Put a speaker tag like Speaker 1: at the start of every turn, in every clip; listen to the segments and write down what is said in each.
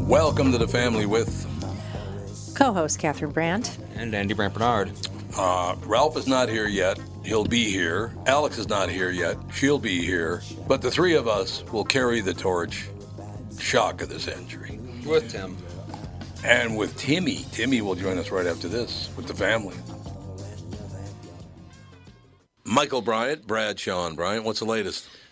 Speaker 1: Welcome to the family with
Speaker 2: Co host Catherine Brandt.
Speaker 3: And Andy Brant Bernard.
Speaker 1: uh, Ralph is not here yet. He'll be here. Alex is not here yet. She'll be here. But the three of us will carry the torch. Shock of the century.
Speaker 3: With Tim.
Speaker 1: And with Timmy, Timmy will join us right after this with the family. Michael Bryant, Brad Sean Bryant, what's the latest?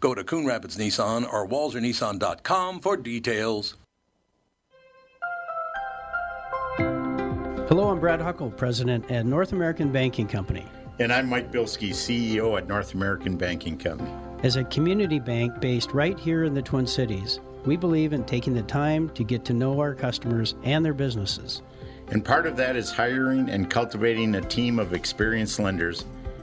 Speaker 1: Go to Coon Rapids Nissan or WalzerNissan.com for details.
Speaker 4: Hello, I'm Brad Huckle, president at North American Banking Company.
Speaker 5: And I'm Mike Bilski, CEO at North American Banking Company.
Speaker 4: As a community bank based right here in the Twin Cities, we believe in taking the time to get to know our customers and their businesses.
Speaker 5: And part of that is hiring and cultivating a team of experienced lenders.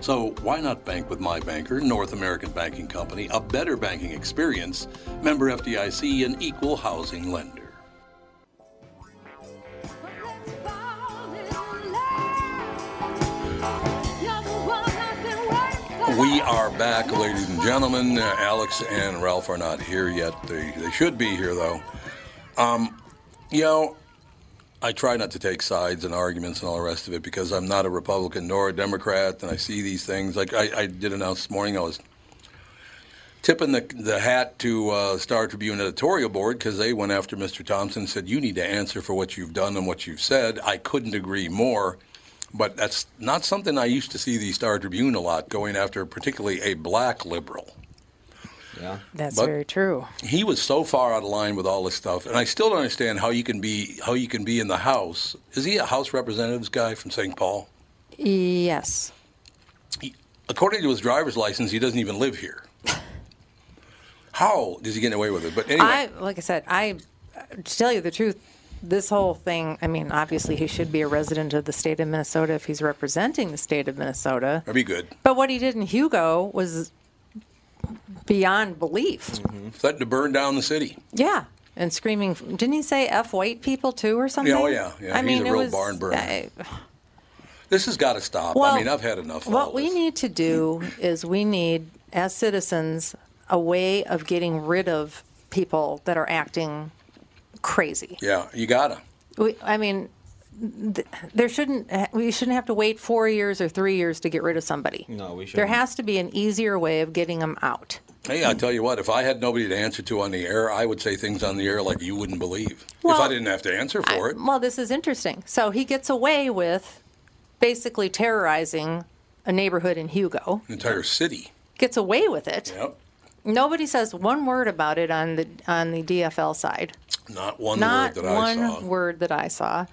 Speaker 1: So why not bank with my banker, North American Banking Company, a better banking experience, member FDIC, and equal housing lender? We are back, ladies and gentlemen. Uh, Alex and Ralph are not here yet. They, they should be here, though. Um, you know, I try not to take sides and arguments and all the rest of it because I'm not a Republican nor a Democrat, and I see these things. Like I, I did announce this morning, I was tipping the, the hat to uh, Star Tribune editorial board because they went after Mr. Thompson and said, You need to answer for what you've done and what you've said. I couldn't agree more. But that's not something I used to see the Star Tribune a lot going after, particularly a black liberal.
Speaker 3: Yeah.
Speaker 2: That's
Speaker 1: But-
Speaker 2: very true.
Speaker 1: He was so far out of line with all this stuff, and I still don't understand how you can be how you can be in the House. Is he a House Representatives guy from St. Paul?
Speaker 2: Yes.
Speaker 1: According to his driver's license, he doesn't even live here. How is he getting away with it? But anyway,
Speaker 2: I like I said, I to tell you the truth, this whole thing. I mean, obviously, he should be a resident of the state of Minnesota if he's representing the state of Minnesota.
Speaker 1: that'd be good.
Speaker 2: But what he did in Hugo was beyond belief.
Speaker 1: Threatened to burn down the city.
Speaker 2: Yeah. And screaming, didn't he say "f white people" too, or something?
Speaker 1: Yeah, oh, yeah, yeah.
Speaker 2: I
Speaker 1: He's
Speaker 2: mean,
Speaker 1: a
Speaker 2: it
Speaker 1: real
Speaker 2: was,
Speaker 1: barn burner.
Speaker 2: I-
Speaker 1: This has got to stop.
Speaker 2: Well,
Speaker 1: I mean, I've had enough. Of all
Speaker 2: What we
Speaker 1: this.
Speaker 2: need to do is we need, as citizens, a way of getting rid of people that are acting crazy.
Speaker 1: Yeah, you gotta.
Speaker 2: We, I mean, th- there shouldn't eh, we shouldn't have to wait four years or three years to get rid of somebody.
Speaker 3: No, we
Speaker 2: There
Speaker 3: shouldn't.
Speaker 2: has to be an easier way of getting them out.
Speaker 1: Hey, I tell you what, if I had nobody to answer to on the air, I would say things on the air like you wouldn't believe. if I
Speaker 2: Well,
Speaker 1: didn't have to answer for it.
Speaker 2: Well, this is interesting. So he gets away with basically terrorizing a neighborhood in Hugo.
Speaker 1: An entire city.
Speaker 2: Gets away with it.
Speaker 1: Yep.
Speaker 2: Nobody says one word about it on the on the DFL side.
Speaker 1: Not one
Speaker 2: Not
Speaker 1: word that
Speaker 2: one
Speaker 1: I saw.
Speaker 2: word that I saw.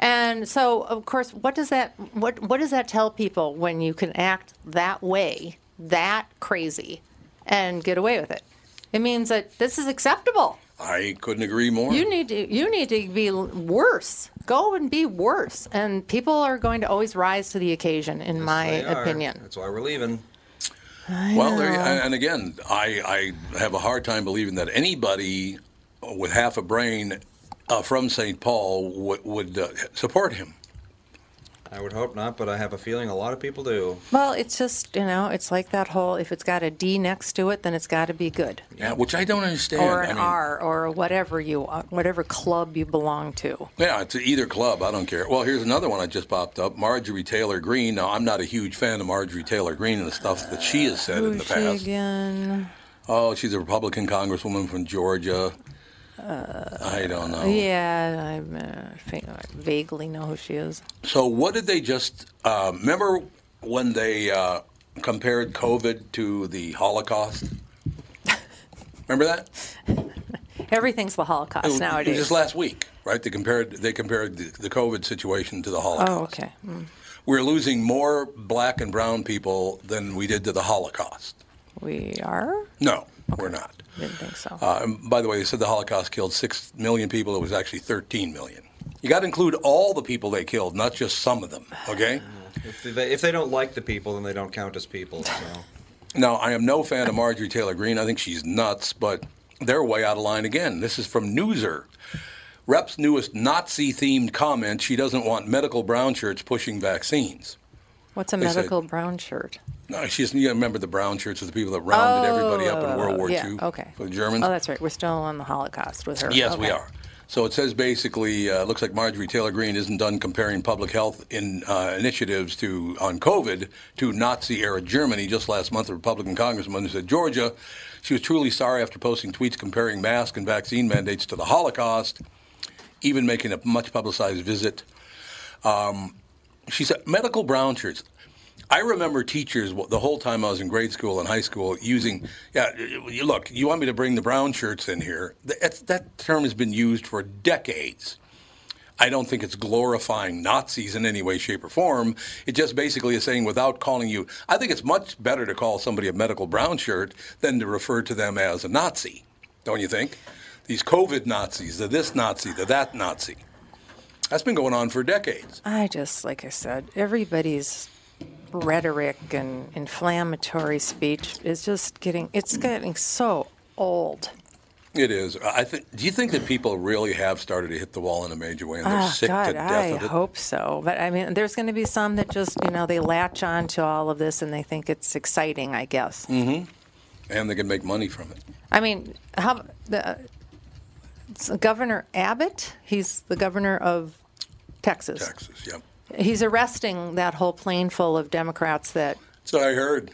Speaker 2: And so, of course, what does that what what does that tell people when you can act that way, that crazy, and get away with it? It means that this is acceptable.
Speaker 1: I couldn't agree more.
Speaker 2: You need to you need to be l- worse. Go and be worse. And people are going to always rise to the occasion, in my
Speaker 3: They are.
Speaker 2: opinion.
Speaker 3: That's why we're leaving.
Speaker 1: Well, there, and again, I, I have a hard time believing that anybody with half a brain uh, from St. Paul would, would uh, support him.
Speaker 3: I would hope not, but I have a feeling a lot of people do.
Speaker 2: Well, it's just you know, it's like that whole if it's got a D next to it, then it's got to be good.
Speaker 1: Yeah, which I don't understand.
Speaker 2: or an
Speaker 1: I mean,
Speaker 2: R or whatever you uh, whatever club you belong to.
Speaker 1: Yeah, to either club, I don't care. Well, here's another one I just popped up: Marjorie Taylor Greene. Now, I'm not a huge fan of Marjorie Taylor Greene and the stuff that she has said in
Speaker 2: Who's
Speaker 1: the
Speaker 2: she
Speaker 1: past.
Speaker 2: again?
Speaker 1: Oh, she's a Republican congresswoman from Georgia. I don't know.
Speaker 2: Uh, Yeah, I'm, uh, I think I vaguely know who she is.
Speaker 1: So, what did they just uh, remember when they uh, compared COVID to the Holocaust? Remember that?
Speaker 2: Everything's the Holocaust
Speaker 1: It was-
Speaker 2: nowadays.
Speaker 1: It was just last week, right? They compared they compared the, the COVID situation to the Holocaust.
Speaker 2: oh, okay. Mm,
Speaker 1: We're losing more black and brown people than we did to the Holocaust.
Speaker 2: We are.
Speaker 1: No, we're not.
Speaker 2: Didn't think so.
Speaker 1: Uh, and by the way, they said the Holocaust killed 6 million people. It was actually 13 million. You got to include all the people they killed, not just some of them, okay?
Speaker 3: If they, if they don't like the people, then they don't count as people. So.
Speaker 1: Now, I am no fan of Marjorie Taylor Greene. I think she's nuts, but they're way out of line again. This is from Newser. Rep's newest Nazi themed comment she doesn't want medical brown shirts pushing vaccines.
Speaker 2: What's a
Speaker 1: they said-
Speaker 2: medical brown shirt?
Speaker 1: No, she doesn't you remember the brown shirts are the people that rounded everybody up in World War
Speaker 2: Oh, yeah,
Speaker 1: II
Speaker 2: Okay.
Speaker 1: for the Germans.
Speaker 2: Oh, that's right. We're still on the Holocaust with her.
Speaker 1: Yes, we
Speaker 2: Okay.
Speaker 1: are. So it says basically, uh, looks like Marjorie Taylor Greene isn't done comparing public health in, uh, initiatives to on COVID to Nazi-era Germany. Just last month, a Republican congressman who said Georgia, she was truly sorry after posting tweets comparing mask and vaccine mandates to the Holocaust, even making a much publicized visit. Um, she said medical brown shirts. I remember teachers w- the whole time I was in grade school and high school using, yeah, you- look, you want me to bring the brown shirts in here? Th- That's, that term has been used for decades. I don't think it's glorifying Nazis in any way, shape, or form. It just basically is saying without calling you, I think it's much better to call somebody a medical brown shirt than to refer to them as a Nazi, don't you think? These COVID Nazis, the this Nazi, the that Nazi. That's been going on for decades.
Speaker 2: I just, like I said, everybody's rhetoric and inflammatory speech is just getting, it's getting so old.
Speaker 1: It is. I think. Do you think that people really have started to hit the wall in a major way, and they're
Speaker 2: Oh,
Speaker 1: sick
Speaker 2: God,
Speaker 1: to death
Speaker 2: I
Speaker 1: of it?
Speaker 2: hope so. But I mean, there's going to be some that just, you know, they latch on to all of this and they think it's exciting, I guess.
Speaker 1: Mm. And they can make money from it.
Speaker 2: I mean, how the it's Governor Abbott, he's the governor of Texas.
Speaker 1: Taxes. Yep.
Speaker 2: He's arresting that whole plane full of Democrats that
Speaker 1: So I heard.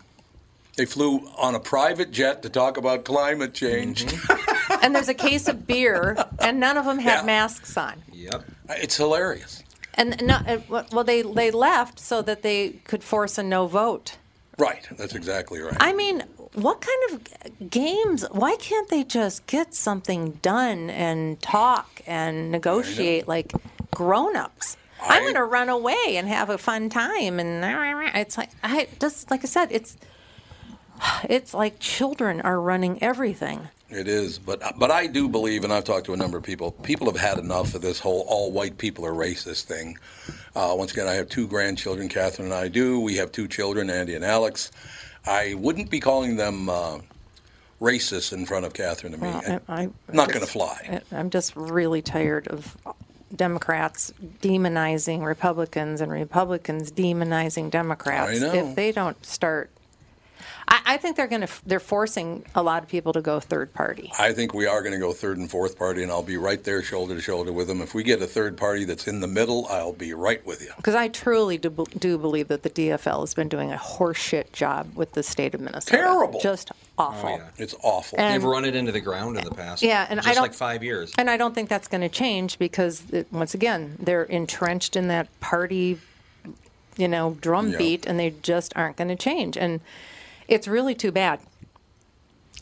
Speaker 1: They flew on a private jet to talk about climate change.
Speaker 2: Mm-hmm. and there's a case of beer, and none of them had
Speaker 1: Yeah.
Speaker 2: masks on.
Speaker 3: Yep.
Speaker 1: It's hilarious.
Speaker 2: And not, uh, well, they they left so that they could force a no vote.
Speaker 1: Right. That's exactly right.
Speaker 2: I mean, what kind of g- games? Why can't they just get something done and talk and negotiate like grown-ups? I, am
Speaker 1: I-
Speaker 2: going to run away and have a fun time, and it's like I just like I said, it's it's like children are running everything.
Speaker 1: It is, but but I do believe, and I've talked to a number of people. People have had enough of this whole all white people are racist thing. Uh, once again, I have two grandchildren, Catherine and I do. We have two children, Andy and Alex. I wouldn't be calling them uh, racist in front of Catherine and me.
Speaker 2: Well, I- I-
Speaker 1: Not
Speaker 2: just-
Speaker 1: going to fly.
Speaker 2: I- I'm just really tired of Democrats demonizing Republicans and Republicans demonizing Democrats.
Speaker 1: I know.
Speaker 2: If they don't start, I, I think they're going to they're forcing a lot of people to go third party.
Speaker 1: I think we are going to go third and fourth party, and I'll be right there shoulder to shoulder with them. If we get a third party that's in the middle, I'll be right with you.
Speaker 2: Because I truly do, do believe that the DFL has been doing a horseshit job with the state of Minnesota.
Speaker 1: Terrible. Oh,
Speaker 2: Just awful.
Speaker 3: yeah.
Speaker 1: It's awful.
Speaker 2: And-
Speaker 3: They've run it into the ground in the past.
Speaker 2: Yeah, and I
Speaker 3: just
Speaker 2: don't-
Speaker 3: like five years.
Speaker 2: And I don't think that's going to change because, it, once again, they're entrenched in that party, you know,
Speaker 1: Yeah.
Speaker 2: drumbeat, and they just aren't going to change. And it's really too bad.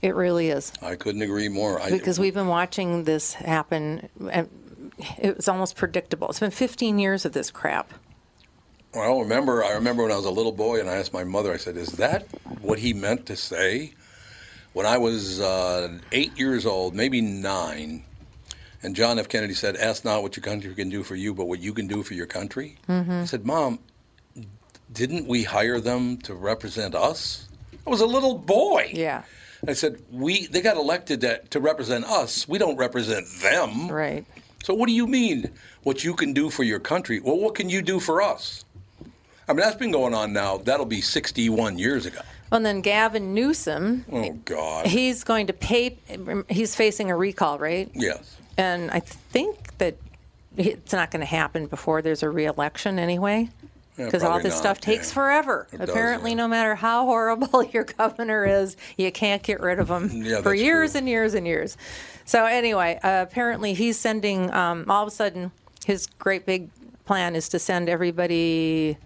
Speaker 2: It really is
Speaker 1: I couldn't agree more. I,
Speaker 2: because we've been watching this happen. And it was almost predictable. It's been 15 years of this crap.
Speaker 1: Well, remember, I remember when I was a little boy, and I asked my mother. I said, "Is that what he meant to say?" When I was uh, eight years old, maybe nine, and John F. Kennedy said, "Ask not what your country can do for you, but what you can do for your country." I said, "Mom, didn't we hire them to represent us?" I was a little boy.
Speaker 2: Yeah,
Speaker 1: I said, "We they got elected to, to represent us. We don't represent them."
Speaker 2: right.
Speaker 1: So what do you mean? What you can do for your country? Well, what can you do for us? I mean, that's been going on now. That'll be 61 years ago.
Speaker 2: And then Gavin Newsom,
Speaker 1: Oh God.
Speaker 2: he's going to pay, he's facing a recall, right?
Speaker 1: yes.
Speaker 2: And I think that it's not going to happen before there's a reelection anyway.
Speaker 1: Yeah,
Speaker 2: Because all
Speaker 1: probably
Speaker 2: this
Speaker 1: not,
Speaker 2: stuff takes
Speaker 1: yeah.
Speaker 2: forever.
Speaker 1: It does,
Speaker 2: Apparently,
Speaker 1: yeah.
Speaker 2: no matter how horrible your governor is, you can't get rid of him
Speaker 1: Yeah,
Speaker 2: for
Speaker 1: that's
Speaker 2: years
Speaker 1: true.
Speaker 2: and years and years. So anyway, uh, apparently he's sending. Um, all of a sudden, his great big plan is to send everybody.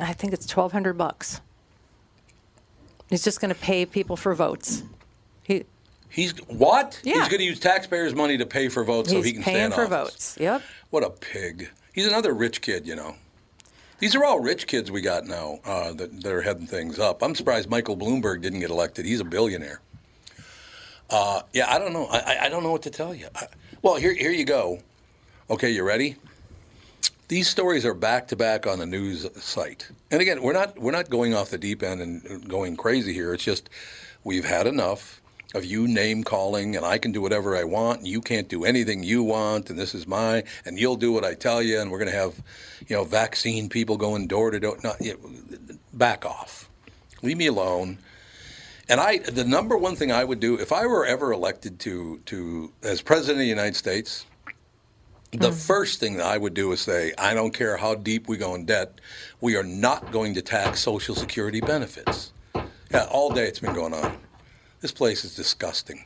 Speaker 2: I think it's twelve hundred bucks. He's just going to pay people for votes. He,
Speaker 1: He's what?
Speaker 2: Yeah.
Speaker 1: He's going to use taxpayers' money to pay for votes so
Speaker 2: he's
Speaker 1: he can
Speaker 2: paying
Speaker 1: stand
Speaker 2: for
Speaker 1: office.
Speaker 2: votes. Yep.
Speaker 1: What a pig. He's another rich kid, you know. These are all rich kids we got now uh, that, that are heading things up. I'm surprised Michael Bloomberg didn't get elected. He's a billionaire. Uh, yeah, I don't know. I, I- I don't know what to tell you. I, well, here, here you go. Okay, you ready? These stories are back to back on the news site. And again, we're not we're not going off the deep end and going crazy here. It's just we've had enough of you name calling and I can do whatever I want and you can't do anything you want and this is my and you'll do what I tell you and we're going to have you know vaccine people going door to door. Not yeah, back off. Leave me alone. And I, the number one thing I would do if I were ever elected to to as president of the United States, the
Speaker 2: Mm.
Speaker 1: first thing that I would do is say, I don't care how deep we go in debt, we are not going to tax Social Security benefits. Yeah, all day it's been going on. This place is disgusting.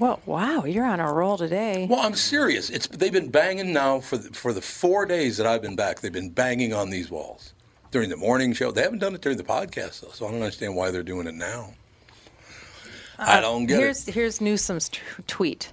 Speaker 2: Well, wow, you're on a roll today.
Speaker 1: Well, I'm serious. It's they've been banging now for the, for the four days that I've been back. They've been banging on these walls during the morning show. They haven't done it during the podcast though, so I don't understand why they're doing it now. I don't get it.
Speaker 2: Uh, here's here's Newsom's t- tweet.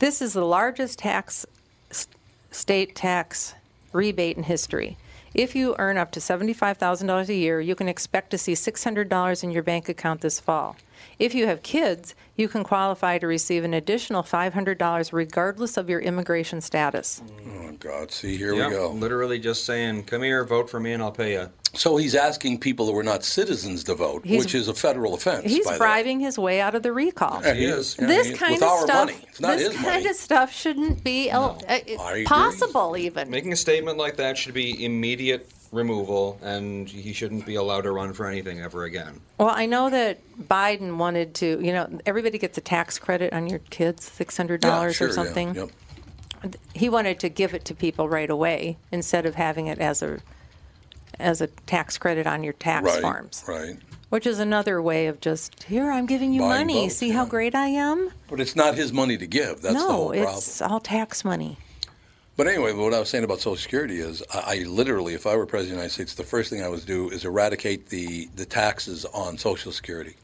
Speaker 2: This is the largest tax s- state tax rebate in history. If you earn up to $75,000 a year, you can expect to see $600 in your bank account this fall. If you have kids, you can qualify to receive an additional $500 regardless of your immigration status.
Speaker 1: Oh God! See, here
Speaker 3: Yeah,
Speaker 1: we go.
Speaker 3: literally just saying, "Come here, vote for me, and I'll pay you."
Speaker 1: So he's asking people who are not citizens to vote,
Speaker 2: He's-
Speaker 1: which is a federal offense.
Speaker 2: He's
Speaker 1: by the way.
Speaker 2: bribing his way out of the recall.
Speaker 1: And
Speaker 3: He is.
Speaker 1: yeah,
Speaker 2: this
Speaker 1: he is.
Speaker 2: kind
Speaker 1: with
Speaker 2: of
Speaker 1: our
Speaker 2: stuff
Speaker 1: money. It's not
Speaker 2: this
Speaker 1: his
Speaker 2: kind
Speaker 1: money.
Speaker 2: of stuff shouldn't be el- uh,
Speaker 1: agree.
Speaker 2: possible even.
Speaker 3: Making a statement like that should be immediate removal, and he shouldn't be allowed to run for anything ever again.
Speaker 2: Well, I know that Biden wanted to, you know, everybody gets a tax credit on your kids, $600
Speaker 1: Yeah, sure,
Speaker 2: or
Speaker 1: yeah,
Speaker 2: something.
Speaker 1: yep.
Speaker 2: He wanted to give it to people right away instead of having it as a as a tax credit on your tax
Speaker 1: Right.
Speaker 2: forms,
Speaker 1: Right.
Speaker 2: which is another way of just here I'm giving you
Speaker 1: Buying
Speaker 2: money.
Speaker 1: votes,
Speaker 2: See
Speaker 1: yeah.
Speaker 2: how great I am?
Speaker 1: But it's not his money to give. That's the
Speaker 2: no,
Speaker 1: whole problem.
Speaker 2: it's all tax money.
Speaker 1: But anyway, what I was saying about Social Security is, I, I literally, if I were president of the United States, the first thing I would do is eradicate the the taxes on Social Security.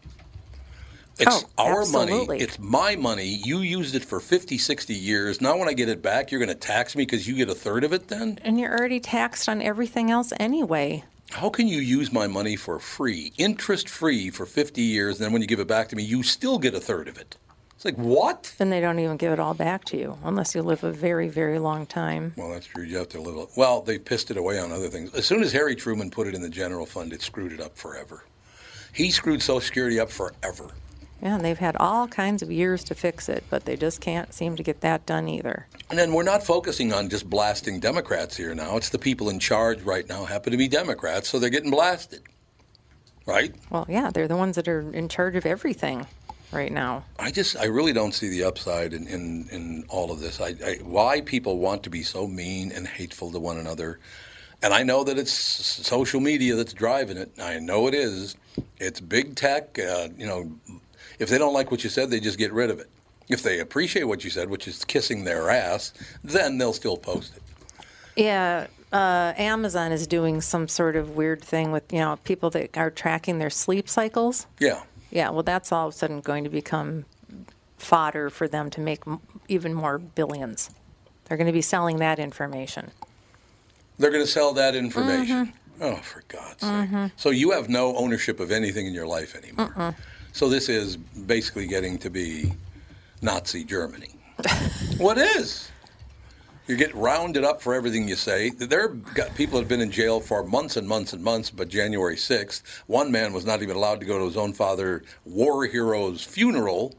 Speaker 1: It's
Speaker 2: Oh,
Speaker 1: our
Speaker 2: absolutely.
Speaker 1: money. It's my money. You used it for 50, 60 years. Now, when I get it back, you're going to tax me because you get a third of it then?
Speaker 2: And you're already taxed on everything else anyway.
Speaker 1: How can you use my money for free, interest free for 50 years, and then when you give it back to me, you still get a third of it? It's like, what?
Speaker 2: Then they don't even give it all back to you unless you live a very, very long time.
Speaker 1: Well, that's true. You have to live. Well, they pissed it away on other things. As soon as Harry Truman put it in the general fund, it screwed it up forever. He screwed Social Security up forever.
Speaker 2: Yeah, and they've had all kinds of years to fix it, but they just can't seem to get that done either.
Speaker 1: And then we're not focusing on just blasting Democrats here now. It's the people in charge right now happen to be Democrats, so they're getting blasted. right?
Speaker 2: Well, yeah, they're the ones that are in charge of everything right now.
Speaker 1: I just, I really don't see the upside in, in, in all of this. I, I, why people want to be so mean and hateful to one another. And I know that it's s- social media that's driving it. I know it is. It's big tech. Uh, you know, if they don't like what you said, they just get rid of it. If they appreciate what you said, which is kissing their ass, then they'll still post it.
Speaker 2: Yeah, uh, Amazon is doing some sort of weird thing with you know people that are tracking their sleep cycles.
Speaker 1: Yeah.
Speaker 2: Yeah, well, that's all of a sudden going to become fodder for them to make m- even more billions. They're going to be selling that information.
Speaker 1: They're going to sell that information. Oh, for God's sake. So you have no ownership of anything in your life anymore. So this is basically getting to be Nazi Germany. what is? You get rounded up for everything you say. There are got people that have been in jail for months and months and months, but January 6th, one man was not even allowed to go to his own father, war hero's funeral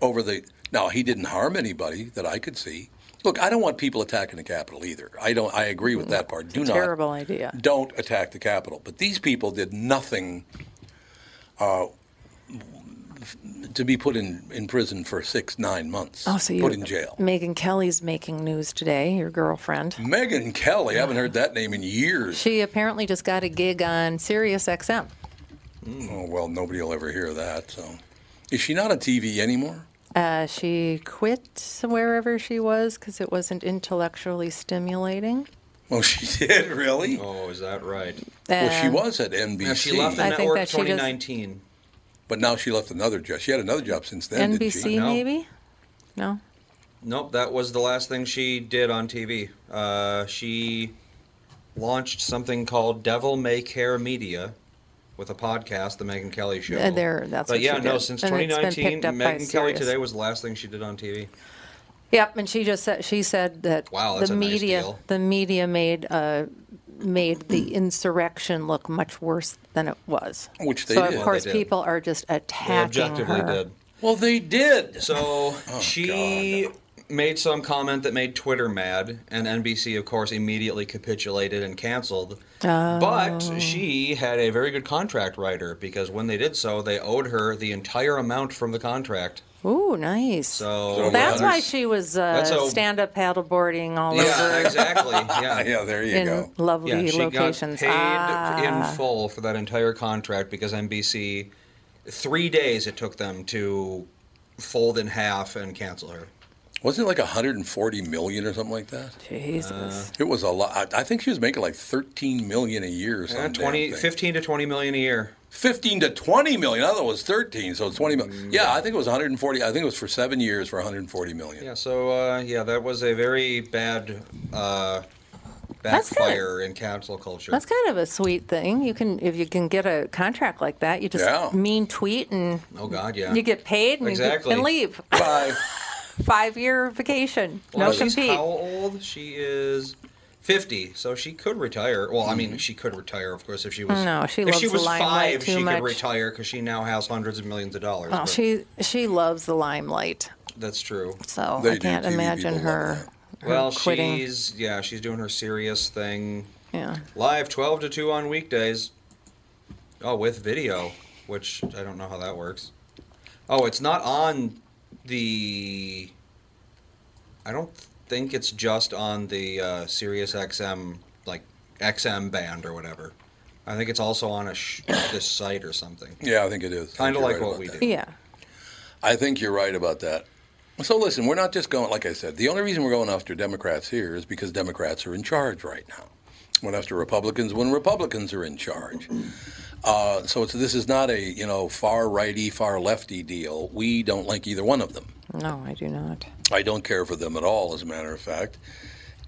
Speaker 1: over the. Now, he didn't harm anybody that I could see. Look, I don't want people attacking the Capitol either. I don't. I agree with that part. Do not
Speaker 2: Terrible idea.
Speaker 1: don't attack the Capitol. But these people did nothing uh, to be put in, in prison for six, nine months.
Speaker 2: Oh, so you
Speaker 1: put in jail.
Speaker 2: Megan Kelly's making news today. Your girlfriend.
Speaker 1: Megan Kelly, I haven't heard that name in years.
Speaker 2: She apparently just got a gig on Sirius XM.
Speaker 1: Oh, well, nobody will ever hear that. So, is she not on TV anymore?
Speaker 2: Uh, she quit wherever she was because it wasn't intellectually stimulating.
Speaker 1: Oh, she did really.
Speaker 3: Oh, is that right?
Speaker 1: Well, she
Speaker 2: And-
Speaker 1: was at NBC,
Speaker 3: Yeah, she left the
Speaker 2: I think
Speaker 3: network
Speaker 2: that she does-
Speaker 3: 2019.
Speaker 1: but now she left another job. She had another job since then. didn't
Speaker 2: NBC
Speaker 1: she?
Speaker 3: No.
Speaker 2: maybe? No.
Speaker 3: Nope, that was the last thing she did on TV. Uh, she launched something called Devil May Care Media with a podcast, The Megan Kelly Show.
Speaker 2: Uh, there, that's
Speaker 3: but
Speaker 2: what
Speaker 3: yeah,
Speaker 2: she
Speaker 3: no,
Speaker 2: did.
Speaker 3: since
Speaker 2: And it's been
Speaker 3: 2019,
Speaker 2: picked up by
Speaker 3: Megan Kelly
Speaker 2: Sirius.
Speaker 3: Today was the last thing she did on TV.
Speaker 2: Yep, and she just said she said that
Speaker 3: Wow, that's
Speaker 2: the
Speaker 3: a nice
Speaker 2: media
Speaker 3: deal.
Speaker 2: the media made uh, made the insurrection look much worse than it was.
Speaker 1: Which they
Speaker 2: so
Speaker 1: did.
Speaker 2: of
Speaker 1: Well,
Speaker 2: course
Speaker 3: they did.
Speaker 2: people are just attacking
Speaker 3: They objectively
Speaker 2: her.
Speaker 3: did.
Speaker 1: Well, they did.
Speaker 3: So
Speaker 1: Oh,
Speaker 3: she made some comment that made Twitter mad, and NBC, of course, immediately capitulated and canceled. But
Speaker 2: Oh.
Speaker 3: she had a very good contract writer because when they did so, they owed her the entire amount from the contract.
Speaker 2: Ooh, nice.
Speaker 3: So
Speaker 1: So
Speaker 3: yeah.
Speaker 2: that's
Speaker 1: yeah.
Speaker 2: why she was uh,
Speaker 3: That's how-
Speaker 2: stand up paddleboarding all
Speaker 3: Yeah,
Speaker 2: over
Speaker 3: exactly. Yeah.
Speaker 1: Yeah, there you
Speaker 2: in
Speaker 1: go.
Speaker 2: lovely
Speaker 3: Yeah, she
Speaker 2: locations.
Speaker 3: got
Speaker 2: Ah.
Speaker 3: paid in uh, full for that entire contract because NBC, three days it took them to fold in half and cancel her.
Speaker 1: Wasn't it like 140 million or something like that?
Speaker 2: Jesus.
Speaker 1: It was a lot. I I think she was making like 13 million a year or
Speaker 3: Yeah,
Speaker 1: something.
Speaker 3: 20, 15 Eh, to 20 million a year.
Speaker 1: 15 to 20 million. I thought it was 13, so it's 20 million.
Speaker 3: Mm.
Speaker 1: Yeah, I think it was 140. I think it was for seven years for 140 million.
Speaker 3: Yeah, so uh, yeah, that was a very bad uh,
Speaker 2: That's good.
Speaker 3: backfire in cancel culture.
Speaker 2: That's kind of a sweet thing. You can if you can get a contract like that, you just
Speaker 1: Yeah.
Speaker 2: mean tweet and
Speaker 3: oh God, yeah.
Speaker 2: you get paid and, you get-
Speaker 3: Exactly.
Speaker 2: and leave.
Speaker 1: Bye.
Speaker 2: Five year vacation.
Speaker 3: Well,
Speaker 2: no
Speaker 3: she's
Speaker 2: compete.
Speaker 3: how old? She is fifty, so she could retire. Well, I mean, she could retire, of course, if she was.
Speaker 2: No, she
Speaker 3: if
Speaker 2: loves
Speaker 3: she
Speaker 2: the
Speaker 3: was
Speaker 2: limelight
Speaker 3: five,
Speaker 2: too
Speaker 3: she
Speaker 2: much.
Speaker 3: could retire because she now has hundreds of millions of dollars.
Speaker 2: Well,
Speaker 3: but
Speaker 2: she she loves the limelight,
Speaker 3: that's true.
Speaker 2: so
Speaker 1: They
Speaker 2: I
Speaker 1: do.
Speaker 2: can't
Speaker 1: TV
Speaker 2: imagine
Speaker 1: people love
Speaker 2: her, her
Speaker 3: Well,
Speaker 2: quitting.
Speaker 3: she's yeah, she's doing her serious thing.
Speaker 2: Yeah.
Speaker 3: Live twelve to two on weekdays. Oh, with video, which I don't know how that works. Oh, it's not on the. I don't think it's just on the uh, Sirius XM like XM band or whatever. I think it's also on a sh- this site or something.
Speaker 1: Yeah, I think it is. I think
Speaker 3: Kinda
Speaker 1: you're
Speaker 3: like
Speaker 1: right
Speaker 3: what
Speaker 1: about
Speaker 3: we
Speaker 1: that.
Speaker 3: do.
Speaker 2: Yeah.
Speaker 1: I think you're right about that. So listen, we're not just going, like I said, the only reason we're going after Democrats here is because Democrats are in charge right now. Went after Republicans when Republicans are in charge. Uh, so it's, this is not a you know far righty, far lefty deal. We don't like either one of them.
Speaker 2: No, I do not.
Speaker 1: I don't care for them at all, as a matter of fact.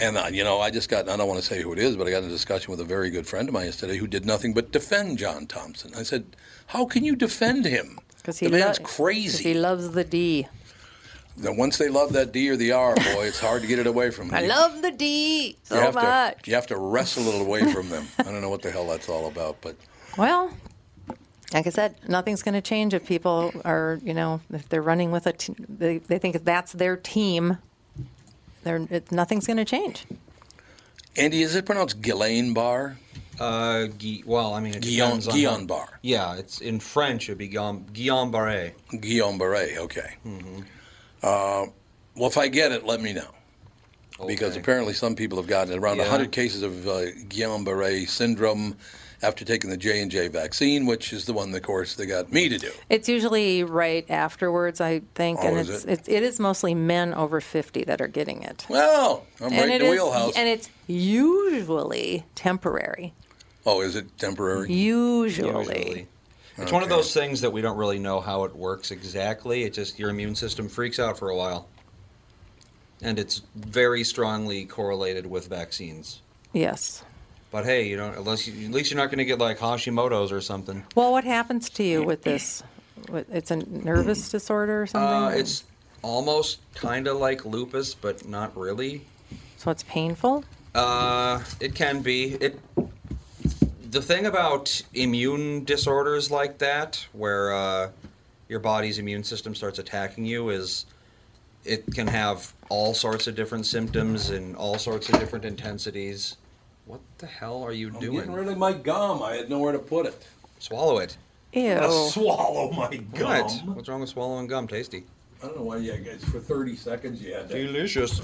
Speaker 1: And, uh, you know, I just got, I don't want to say who it is, but I got in a discussion with a very good friend of mine yesterday who did nothing but defend John Thompson. I said, How can you defend him?
Speaker 2: Because he
Speaker 1: the man's
Speaker 2: lo- 'cause
Speaker 1: crazy.
Speaker 2: He loves the D.
Speaker 1: Now, once they love that D or the R, boy, it's hard to get it away from them.
Speaker 2: I love the D
Speaker 1: you
Speaker 2: so
Speaker 1: have
Speaker 2: much.
Speaker 1: To, you have to wrestle it away from them. I don't know what the hell that's all about, but
Speaker 2: Well, like I said, nothing's going to change if people are, you know, if they're running with a, t- they, they think that's their team. They're, it, nothing's going to change.
Speaker 1: Andy, is it pronounced Ghislaine Barr?
Speaker 3: Uh, Gui- well, I mean, it
Speaker 1: Guillaume,
Speaker 3: depends on
Speaker 1: Guillaume
Speaker 3: how-
Speaker 1: Bar.
Speaker 3: Yeah, it's in French. It'd be Guillaume, Guillaume Barre.
Speaker 1: Guillaume Barre, okay. Uh, well, if I get it, let me know. Because
Speaker 3: Okay.
Speaker 1: apparently some people have gotten it. Around
Speaker 3: Yeah.
Speaker 1: 100 cases of uh, Guillaume Barre syndrome after taking the J&J vaccine, which is the one, of course, they got me to do.
Speaker 2: It's usually right afterwards, I think,
Speaker 1: Oh,
Speaker 2: and
Speaker 1: is
Speaker 2: it's,
Speaker 1: it?
Speaker 2: it's it is mostly men over fifty that are getting it.
Speaker 1: Well, I'm right in
Speaker 2: and it
Speaker 1: the
Speaker 2: is-
Speaker 1: wheelhouse.
Speaker 2: and it's usually temporary.
Speaker 1: oh, is it temporary?
Speaker 2: Usually.
Speaker 3: usually. It's one of
Speaker 1: Okay.
Speaker 3: those things that we don't really know how it works exactly. It just your immune system freaks out for a while. And it's very strongly correlated with vaccines.
Speaker 2: Yes.
Speaker 3: But hey, you know, unless you, at least you're not going to get like Hashimoto's or something.
Speaker 2: Well, what happens to you with this? What- It's a nervous disorder or something.
Speaker 3: Uh,
Speaker 2: or-
Speaker 3: it's almost kind of like lupus, but not really.
Speaker 2: so it's painful.
Speaker 3: Uh, it can be. It. The thing about immune disorders like that, where uh, your body's immune system starts attacking you, is it can have all sorts of different symptoms and all sorts of different intensities. What the hell are you
Speaker 1: I'm
Speaker 3: doing?
Speaker 1: getting rid of my gum. I had nowhere to put it.
Speaker 3: Swallow it.
Speaker 2: Ew.
Speaker 1: Swallow my
Speaker 3: What? What's wrong with swallowing gum? Tasty.
Speaker 1: I don't know why you guys, for 30 seconds, you had to
Speaker 3: Delicious.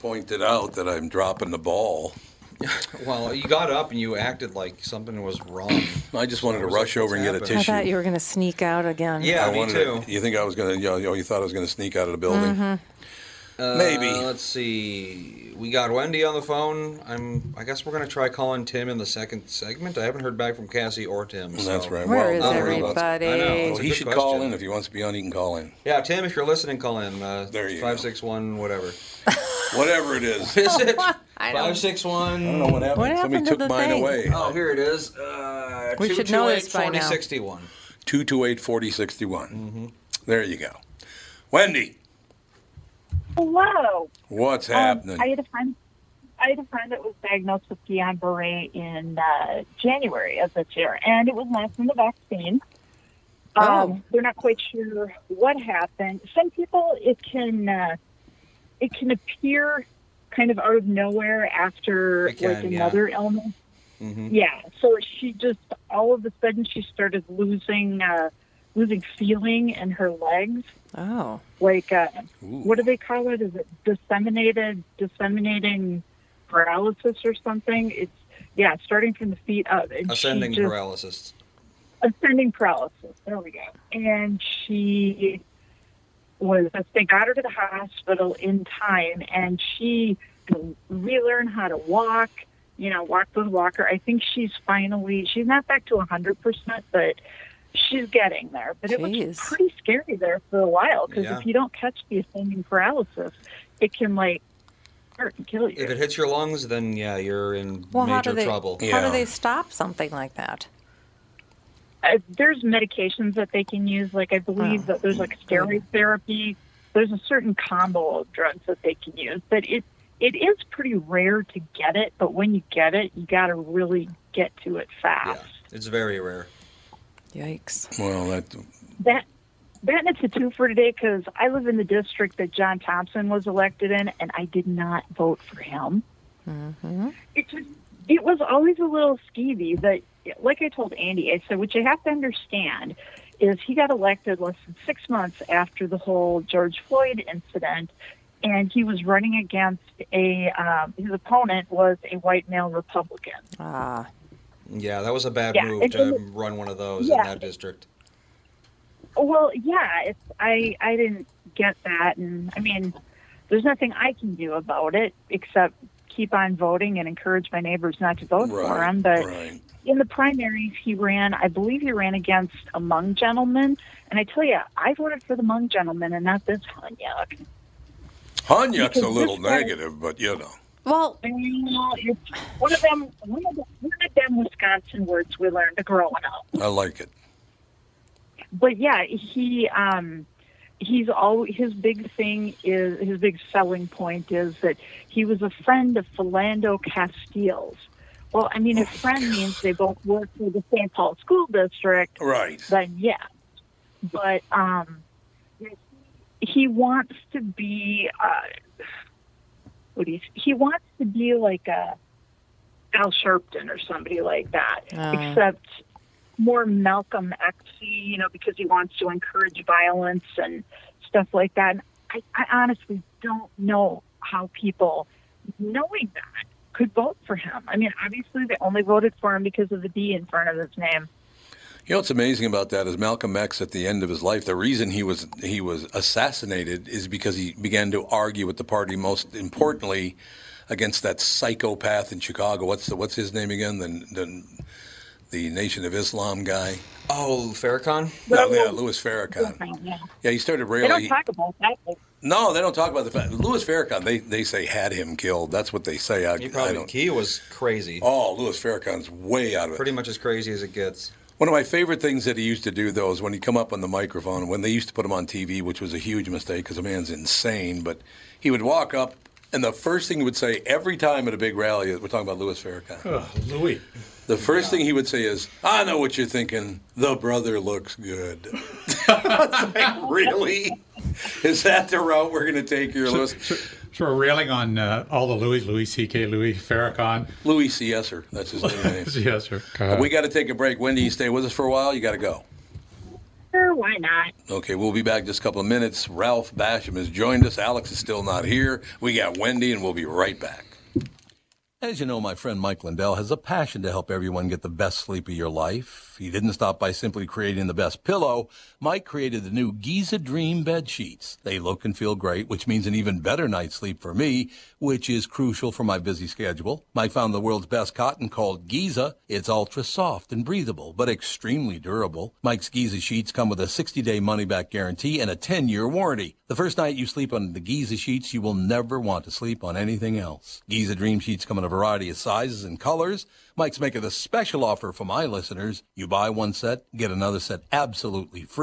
Speaker 1: point it out that I'm dropping the ball.
Speaker 3: Well, you got up and you acted like something was wrong.
Speaker 1: I just wanted to
Speaker 3: I was like,
Speaker 1: rush over and get a
Speaker 3: "What's
Speaker 1: tissue.
Speaker 2: I thought you were going to sneak out again.
Speaker 3: Yeah,
Speaker 1: I
Speaker 3: me
Speaker 1: wanted
Speaker 3: too.
Speaker 1: To, you think I was going to, you, know, you thought I was going to sneak out of the building?
Speaker 2: Mm-hmm.
Speaker 1: Maybe.
Speaker 3: Uh, let's see. We got Wendy on the phone. I'm. I guess we're gonna try calling Tim in the second segment. I haven't heard back from Cassie or Tim. So.
Speaker 1: That's right.
Speaker 2: Where
Speaker 1: well,
Speaker 2: is
Speaker 1: don't worry about it.
Speaker 2: everybody?
Speaker 3: I know.
Speaker 1: Well,
Speaker 3: It's a
Speaker 1: he
Speaker 3: good
Speaker 1: should call
Speaker 3: question.
Speaker 1: in. If he wants to be on, he can call in.
Speaker 3: Yeah, Tim, if you're listening, call in. Uh,
Speaker 1: There you go.
Speaker 3: Five six one whatever.
Speaker 1: Whatever it is. I
Speaker 3: Is it
Speaker 2: I don't-
Speaker 3: five six
Speaker 1: don't
Speaker 3: one?
Speaker 1: know what happened.
Speaker 2: What
Speaker 1: Somebody
Speaker 2: happened to
Speaker 1: took
Speaker 2: the
Speaker 1: mine
Speaker 2: thing?
Speaker 1: away.
Speaker 3: Oh, here it is. Uh,
Speaker 2: We should know this by now.
Speaker 3: 2061.
Speaker 1: 228 4061. There you go. Wendy,
Speaker 5: Hello.
Speaker 1: what's
Speaker 5: Um,
Speaker 1: happening?
Speaker 5: I had a friend. I had a friend that was diagnosed with Guillain-Barré in uh, January of this year, and it was not from the vaccine. Um,
Speaker 2: Oh.
Speaker 5: They're not quite sure what happened. Some people, it can uh, it can appear kind of out of nowhere after
Speaker 3: It can,
Speaker 5: like
Speaker 3: yeah.
Speaker 5: another illness.
Speaker 3: Mhm.
Speaker 5: Yeah. So she just all of a sudden she started losing uh, losing feeling in her legs
Speaker 2: Oh.
Speaker 5: like uh, what do they call it? Is it disseminated disseminating paralysis or something? It's yeah, starting from the feet up. And she
Speaker 3: Ascending
Speaker 5: just-
Speaker 3: paralysis.
Speaker 5: Ascending paralysis. There we go. And she was they got her to the hospital in time, and she can relearn how to walk. You know, walk with a walker. I think she's finally she's not back to hundred percent, but she's getting there. But it
Speaker 2: Jeez.
Speaker 5: was pretty scary there for a while because
Speaker 3: Yeah.
Speaker 5: if you don't catch the ascending paralysis, it can like hurt and kill you.
Speaker 3: If it hits your lungs, then yeah, you're in
Speaker 2: Well, how
Speaker 3: major
Speaker 2: do they
Speaker 3: trouble.
Speaker 2: how
Speaker 1: Yeah.
Speaker 2: do they stop something like that?
Speaker 5: uh, there's medications that they can use. Like I believe
Speaker 2: Oh.
Speaker 5: that there's like steroid therapy. There's a certain combo of drugs that they can use, but it it is pretty rare to get it. But when you get it, you got to really get to it
Speaker 3: Yeah,
Speaker 5: fast.
Speaker 3: it's very rare.
Speaker 2: Yikes.
Speaker 1: well, that
Speaker 5: That that and it's a two for today because I live in the district that John Thompson was elected in, and I did not vote for him. It just it was always a little skeevy that, like I told Andy, I said what you have to understand is he got elected less than six months after the whole George Floyd incident, and he was running against a um, his opponent was a white male Republican.
Speaker 2: Ah.
Speaker 3: Yeah, that was a bad
Speaker 5: Yeah,
Speaker 3: move
Speaker 5: it's
Speaker 3: to
Speaker 5: in
Speaker 3: run one of those
Speaker 5: Yeah.
Speaker 3: in that district.
Speaker 5: Well, yeah, it's, I I didn't get that, and I mean, there's nothing I can do about it except keep on voting and encourage my neighbors not to vote for
Speaker 1: right,
Speaker 5: him. But
Speaker 1: right.
Speaker 5: in the primaries, he ran. I believe he ran against a Hmong gentleman, and I tell you, I voted for the Hmong gentleman and not this Hanyuk.
Speaker 1: Hanyuk's a
Speaker 5: Because
Speaker 1: little
Speaker 5: this guy-
Speaker 1: negative, but you know.
Speaker 2: Well,
Speaker 5: Well, it's one of them. One of, the, one of them Wisconsin words we learned growing up.
Speaker 1: I like it.
Speaker 5: but yeah, he um, he's all his big thing is his big selling point is that he was a friend of Philando Castiles. Well, I mean, if friend means they both work for the St. Paul School District,
Speaker 1: Right.
Speaker 5: then yeah. But um, he wants to be. Uh, what do you? He wants to be like a Al Sharpton or somebody like that, except more Malcolm X, you know, because he wants to encourage violence and stuff like that. And I, I honestly don't know how people, knowing that, could vote for him. I mean, obviously they only voted for him because of the D in front of his name.
Speaker 1: You know what's amazing about that is Malcolm X at the end of his life. The reason he was he was assassinated is because he began to argue with the party. Most importantly, against that psychopath in Chicago. What's the, what's his name again? The, the the Nation of Islam guy.
Speaker 3: Oh, Farrakhan.
Speaker 1: No, yeah, Louis Farrakhan.
Speaker 5: Yeah.
Speaker 1: Yeah, he started
Speaker 5: They don't
Speaker 1: really.
Speaker 5: talk about that. but
Speaker 1: No, they don't talk about the fact. Louis Farrakhan. They they say had him killed. That's what they say. I,
Speaker 3: He
Speaker 1: I
Speaker 3: probably
Speaker 1: don't.
Speaker 3: he was crazy.
Speaker 1: Oh, Louis Farrakhan's way out of it.
Speaker 3: Pretty much as crazy as it gets.
Speaker 1: One of my favorite things that he used to do, though, is when he'd come up on the microphone, when they used to put him on TV, which was a huge mistake because the man's insane, but he would walk up, and the first thing he would say every time at a big rally, we're talking about Louis Farrakhan,
Speaker 6: Oh,
Speaker 7: Louis.
Speaker 1: the first thing he would say is, I know what you're thinking, the brother looks good. It's like, really? Is that the route we're going to take here, Louis?
Speaker 6: So we're railing on uh, all the Louis, Louis C.K., Louis Farrakhan.
Speaker 1: Louis C. Esser, that's his new name.
Speaker 6: yes, sir.
Speaker 1: We got to take a break. Wendy, you stay with us for a while? You got to go.
Speaker 5: Sure, why not?
Speaker 1: Okay, we'll be back in just a couple of minutes. Ralph Basham has joined us. Alex is still not here. We got Wendy, and we'll be right back. As you know, my friend Mike Lindell has a passion to help everyone get the best sleep of your life. He didn't stop by simply creating the best pillow. Mike created the new Giza Dream bed sheets. They look and feel great, which means an even better night's sleep for me, which is crucial for my busy schedule. Mike found the world's best cotton called Giza. It's ultra soft and breathable, but extremely durable. Mike's Giza sheets come with a 60-day money-back guarantee and a 10-year warranty. The first night you sleep on the Giza sheets, you will never want to sleep on anything else. Giza Dream Sheets come in a variety of sizes and colors. Mike's making a special offer for my listeners. You buy one set, get another set absolutely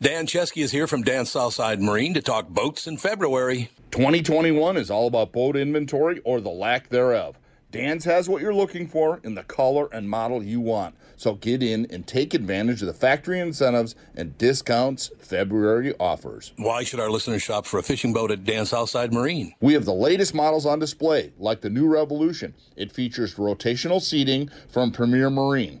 Speaker 1: Dan Chesky is here from Dan Southside Marine to talk boats in February.
Speaker 8: 2021 is all about boat inventory or the lack thereof. Dan's has what you're looking for in the color and model you want. So get in and take advantage of the factory incentives and discounts February offers.
Speaker 1: Why should our listeners shop for a fishing boat at Dan Southside Marine?
Speaker 8: We have the latest models on display, like the new Revolution. It features rotational seating from Premier Marine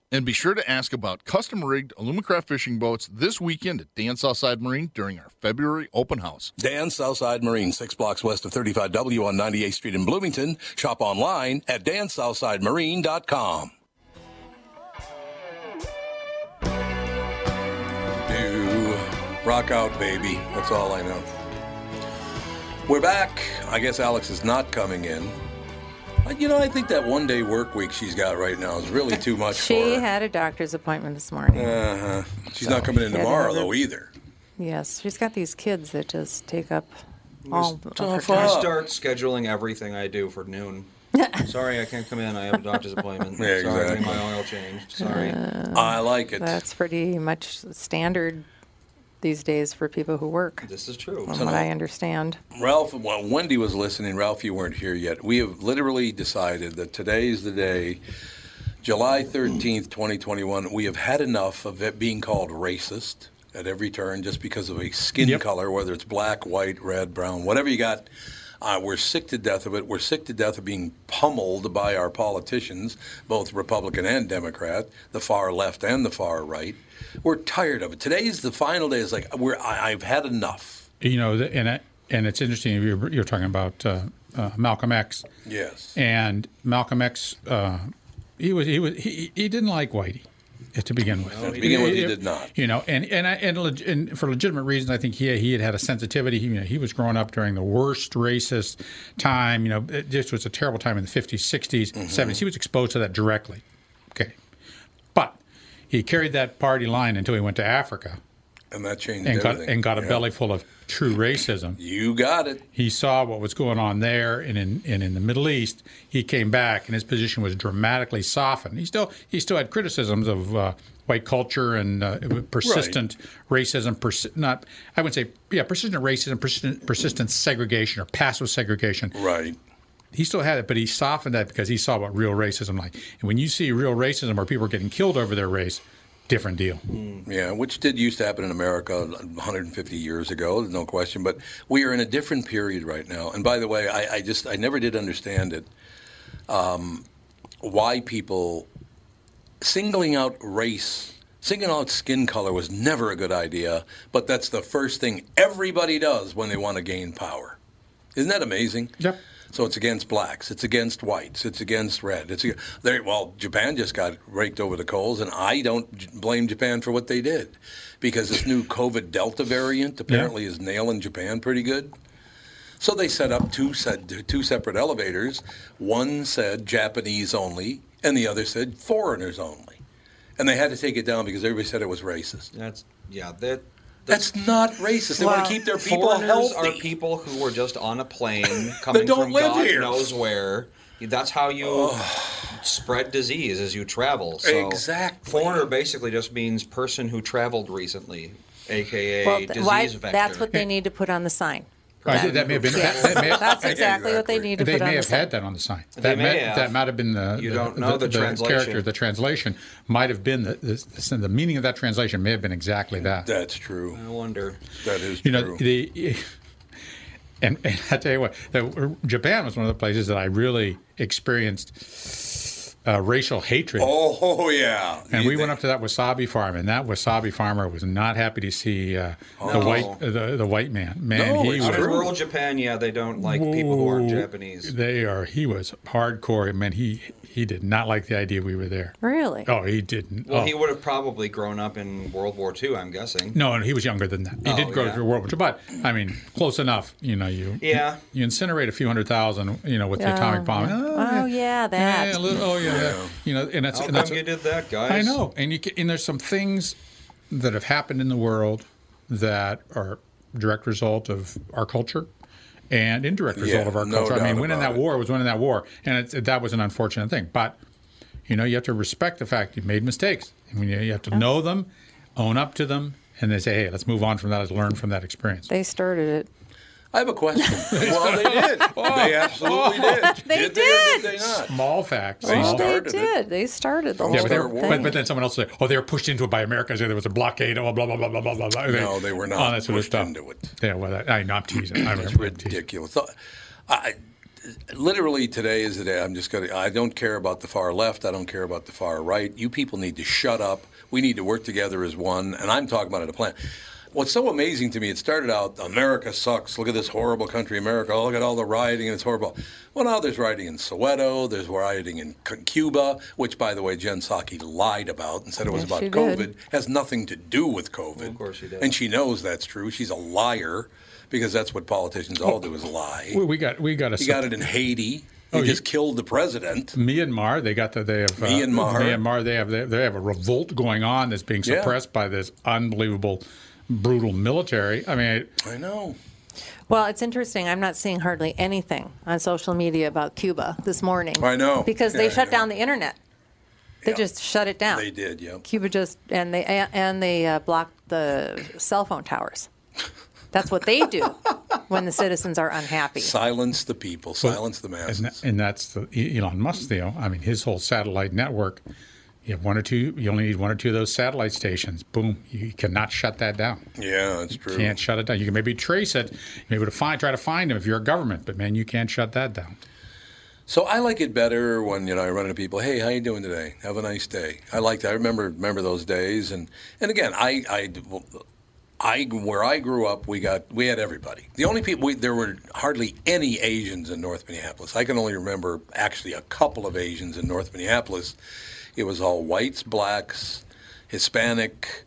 Speaker 8: And be sure to ask about custom rigged Alumacraft fishing boats this weekend at Dan Southside Marine during our February open house.
Speaker 1: Dan Southside Marine, six blocks west of 35W on 98th Street in Bloomington. Shop online at dansouthsidemarine.com. Do rock out, baby. That's all I know. We're back. I guess Alex is not coming in. Uh, You know, I think that one day work week she's got right now is really too much
Speaker 2: She
Speaker 1: for her.
Speaker 2: had a doctor's appointment this morning.
Speaker 1: uh-huh. She's not coming in tomorrow, though, either.
Speaker 2: Yes, she's got these kids that just take up all of her
Speaker 1: tough
Speaker 2: time.
Speaker 1: up.
Speaker 3: I start scheduling everything I do for noon. Sorry, I can't come in. I have a doctor's appointment.
Speaker 1: Yeah,
Speaker 3: Sorry, I need
Speaker 1: exactly.
Speaker 3: my oil changed. Sorry.
Speaker 1: I like it.
Speaker 2: Oh, That's pretty much standard these days for people who work,
Speaker 3: this is true.
Speaker 2: from what I understand.
Speaker 1: Ralph, while Wendy was listening, Ralph, you weren't here yet. We have literally decided that today is the day, July 13th, 2021. We have had enough of it being called racist at every turn just because of a skin color, whether it's black, white, red, brown, whatever you got. Uh, we're sick to death of it. We're sick to death of being pummeled by our politicians, both Republican and Democrat, the far left and the far right. We're tired of it. Today's the final day. It's like we're, I, I've had enough.
Speaker 6: You know, the- and I, and it's interesting. You're, you're talking about uh, uh, Malcolm X,
Speaker 1: Yes.
Speaker 6: and Malcolm X, uh, he was he was he, he didn't like Whitey to begin with.
Speaker 1: To begin with, he did not.
Speaker 6: You know, and and I, and, leg- and for legitimate reasons, I think he he had had a sensitivity. He, you know, he was growing up during the worst racist
Speaker 1: Mm-hmm.
Speaker 6: time. You know, it just was a terrible time in the 50s, 60s, 70s. He was exposed to that directly. Okay. But he carried that party line until he went to Africa
Speaker 1: and that changed
Speaker 6: and got,
Speaker 1: everything.
Speaker 6: and got a
Speaker 1: Yeah.
Speaker 6: belly full of true racism.
Speaker 1: You got it.
Speaker 6: He saw what was going on there and in, and in the Middle East. He came back and his position was dramatically softened. He still he still had criticisms of uh, white culture and uh, persistent racism, persi- not I would say yeah persistent racism, persistent, persistent segregation or passive segregation
Speaker 1: Right.
Speaker 6: he still had it, but he softened that because he saw what real racism like. And when you see real racism where people are getting killed over their race, different deal.
Speaker 1: Yeah, which did used to happen in America 150 years ago, no question. But we are in a different period right now. And by the way, I, I just I never did understand it um, why people singling out race, singling out skin color was never a good idea. But that's the first thing everybody does when they want to gain power. Isn't that amazing?
Speaker 6: Yep.
Speaker 1: So it's against blacks, it's against whites, it's against red. It's ag- they, well, Japan just got raked over the coals, and I don't j- blame Japan for what they did, because this new COVID Delta variant apparently is nailing Japan pretty good. So they set up two said two separate elevators. One said Japanese only, and the other said foreigners only, and they had to take it down because everybody said it was racist.
Speaker 3: That's yeah. That
Speaker 1: that's not racist. They want
Speaker 3: Well,
Speaker 1: to keep their people
Speaker 3: foreigners
Speaker 1: healthy.
Speaker 3: Are people who were just on a plane coming
Speaker 1: don't
Speaker 3: from
Speaker 1: live
Speaker 3: God
Speaker 1: here.
Speaker 3: knows where? That's how you spread disease as you travel. So
Speaker 1: Exactly.
Speaker 3: Foreigner basically just means person who traveled recently, aka
Speaker 2: Well, th-
Speaker 3: disease
Speaker 2: why,
Speaker 3: vector.
Speaker 2: that's what they need to put on the sign.
Speaker 6: Right, that, that may have been
Speaker 2: Yes,
Speaker 6: that, that may have,
Speaker 2: that's exactly what they need to
Speaker 6: they
Speaker 2: put on
Speaker 6: may
Speaker 2: the
Speaker 6: have
Speaker 2: sign.
Speaker 6: had that on the sign.
Speaker 3: They
Speaker 6: That
Speaker 3: may
Speaker 6: might,
Speaker 3: have.
Speaker 6: that might have been the
Speaker 3: You don't know the translation.
Speaker 6: character. The translation might have been the, the the meaning of that translation may have been exactly that.
Speaker 1: That's true.
Speaker 3: I wonder.
Speaker 1: That is
Speaker 6: you know
Speaker 1: true.
Speaker 6: the and, and I tell you what, the, Japan was one of the places that I really experienced uh, racial hatred.
Speaker 1: oh yeah.
Speaker 6: And
Speaker 1: You
Speaker 6: we
Speaker 1: think-
Speaker 6: went up to that wasabi farm, and that wasabi farmer was not happy to see uh, the
Speaker 3: No.
Speaker 6: white uh, the, the white man. Man,
Speaker 1: No,
Speaker 6: he
Speaker 1: it's
Speaker 6: was
Speaker 3: Out in
Speaker 1: true.
Speaker 3: rural Japan, yeah, they don't like people who aren't Japanese.
Speaker 6: they are he was hardcore. Man, he he did not like the idea we were there.
Speaker 2: Really?
Speaker 6: Oh, he didn't.
Speaker 3: Well,
Speaker 6: oh.
Speaker 3: he would have probably grown up in World War II, I'm guessing.
Speaker 6: no, and he was younger than that. He
Speaker 3: Oh,
Speaker 6: did grow
Speaker 3: yeah.
Speaker 6: through World War II, but I mean, close enough. You know, you
Speaker 3: Yeah.
Speaker 6: you incinerate a few hundred thousand, you know, with the atomic bomb.
Speaker 2: Oh, yeah, that.
Speaker 6: Yeah, a little- oh yeah, that- you know, and that's
Speaker 3: How
Speaker 6: and that's
Speaker 3: come you did that, guys?
Speaker 6: I know, and you can, and there's some things that have happened in the world that are direct result of our culture and indirect result
Speaker 1: Yeah,
Speaker 6: of our
Speaker 1: no
Speaker 6: culture. I mean,
Speaker 1: doubt
Speaker 6: winning
Speaker 1: about
Speaker 6: that
Speaker 1: it.
Speaker 6: war was winning that war, and it's that was an unfortunate thing. But you know, you have to respect the fact you made mistakes. I mean, you have to know them, own up to them, and they say, "Hey, let's move on from that. Let's learn from that experience."
Speaker 2: They started it.
Speaker 1: I have a question. well, they did.
Speaker 6: Oh.
Speaker 1: They absolutely did.
Speaker 2: They
Speaker 1: They, or
Speaker 2: did.
Speaker 1: did they not?
Speaker 6: Small facts.
Speaker 1: They
Speaker 6: small
Speaker 2: Well, Oh, they
Speaker 1: started it.
Speaker 2: did. They started the
Speaker 6: Yeah,
Speaker 2: whole
Speaker 6: but, they were,
Speaker 2: thing.
Speaker 6: but, but then someone else said, "Oh, they were pushed into it by America. So there was a blockade. Oh, blah blah blah blah blah blah." blah.
Speaker 1: No, they were not
Speaker 6: All that sort of
Speaker 1: pushed
Speaker 6: stuff.
Speaker 1: into it.
Speaker 6: Yeah, well, that, I, no, I'm teasing. I'm
Speaker 1: It's
Speaker 6: I'm teasing.
Speaker 1: ridiculous. So, I, literally today is the day. I'm just gonna. I don't care about the far left. I don't care about the far right. You people need to shut up. We need to work together as one. And I'm talking about it. A plan. What's so amazing to me? It started out America sucks. Look at this horrible country, America. Oh, look at all the rioting and it's horrible. Well, now there's rioting in Soweto. There's rioting in C- Cuba, which, by the way, Jen Psaki lied about and said it was
Speaker 2: Yes,
Speaker 1: about
Speaker 2: she did.
Speaker 1: COVID. Has nothing to do with COVID.
Speaker 3: Of course she did.
Speaker 1: And she knows that's true. She's a liar because that's what politicians all do is lie.
Speaker 6: We, we got we got a
Speaker 1: He got it in Haiti. He
Speaker 6: Oh,
Speaker 1: just
Speaker 6: you-
Speaker 1: killed the president.
Speaker 6: Myanmar. They got the they have uh,
Speaker 1: Myanmar.
Speaker 6: Myanmar. They have they, they have a revolt going on that's being
Speaker 1: Yeah.
Speaker 6: suppressed by this unbelievable, brutal military. I mean,
Speaker 1: I know.
Speaker 2: Well, it's interesting. I'm not seeing hardly anything on social media about Cuba this morning.
Speaker 1: I know.
Speaker 2: Because they
Speaker 1: Yeah, I
Speaker 2: shut
Speaker 1: know.
Speaker 2: down the internet. They
Speaker 1: Yeah.
Speaker 2: just shut it down.
Speaker 1: They did, yeah.
Speaker 2: Cuba just and they and they uh, blocked the cell phone towers. That's what they do when the citizens are unhappy.
Speaker 1: Silence the people. Silence the
Speaker 6: and,
Speaker 1: masses.
Speaker 6: tha- and that's the E- Elon Musk deal. I mean, his whole satellite network. You have one or two. You only need one or two of those satellite stations. Boom! You cannot shut that down.
Speaker 1: yeah, that's true.
Speaker 6: can't shut it down. You can maybe trace it, be able to find, try to find them if you're a government, but man, you can't shut that down.
Speaker 1: So I like it better when you know I run into people. Hey, how you doing today? Have a nice day. I like that. I remember remember those days. And and again, I I, I where I grew up, we got we had everybody. The only people we, there were hardly any Asians in North Minneapolis. I can only remember actually a couple of Asians in North Minneapolis. It was all whites, blacks, Hispanic.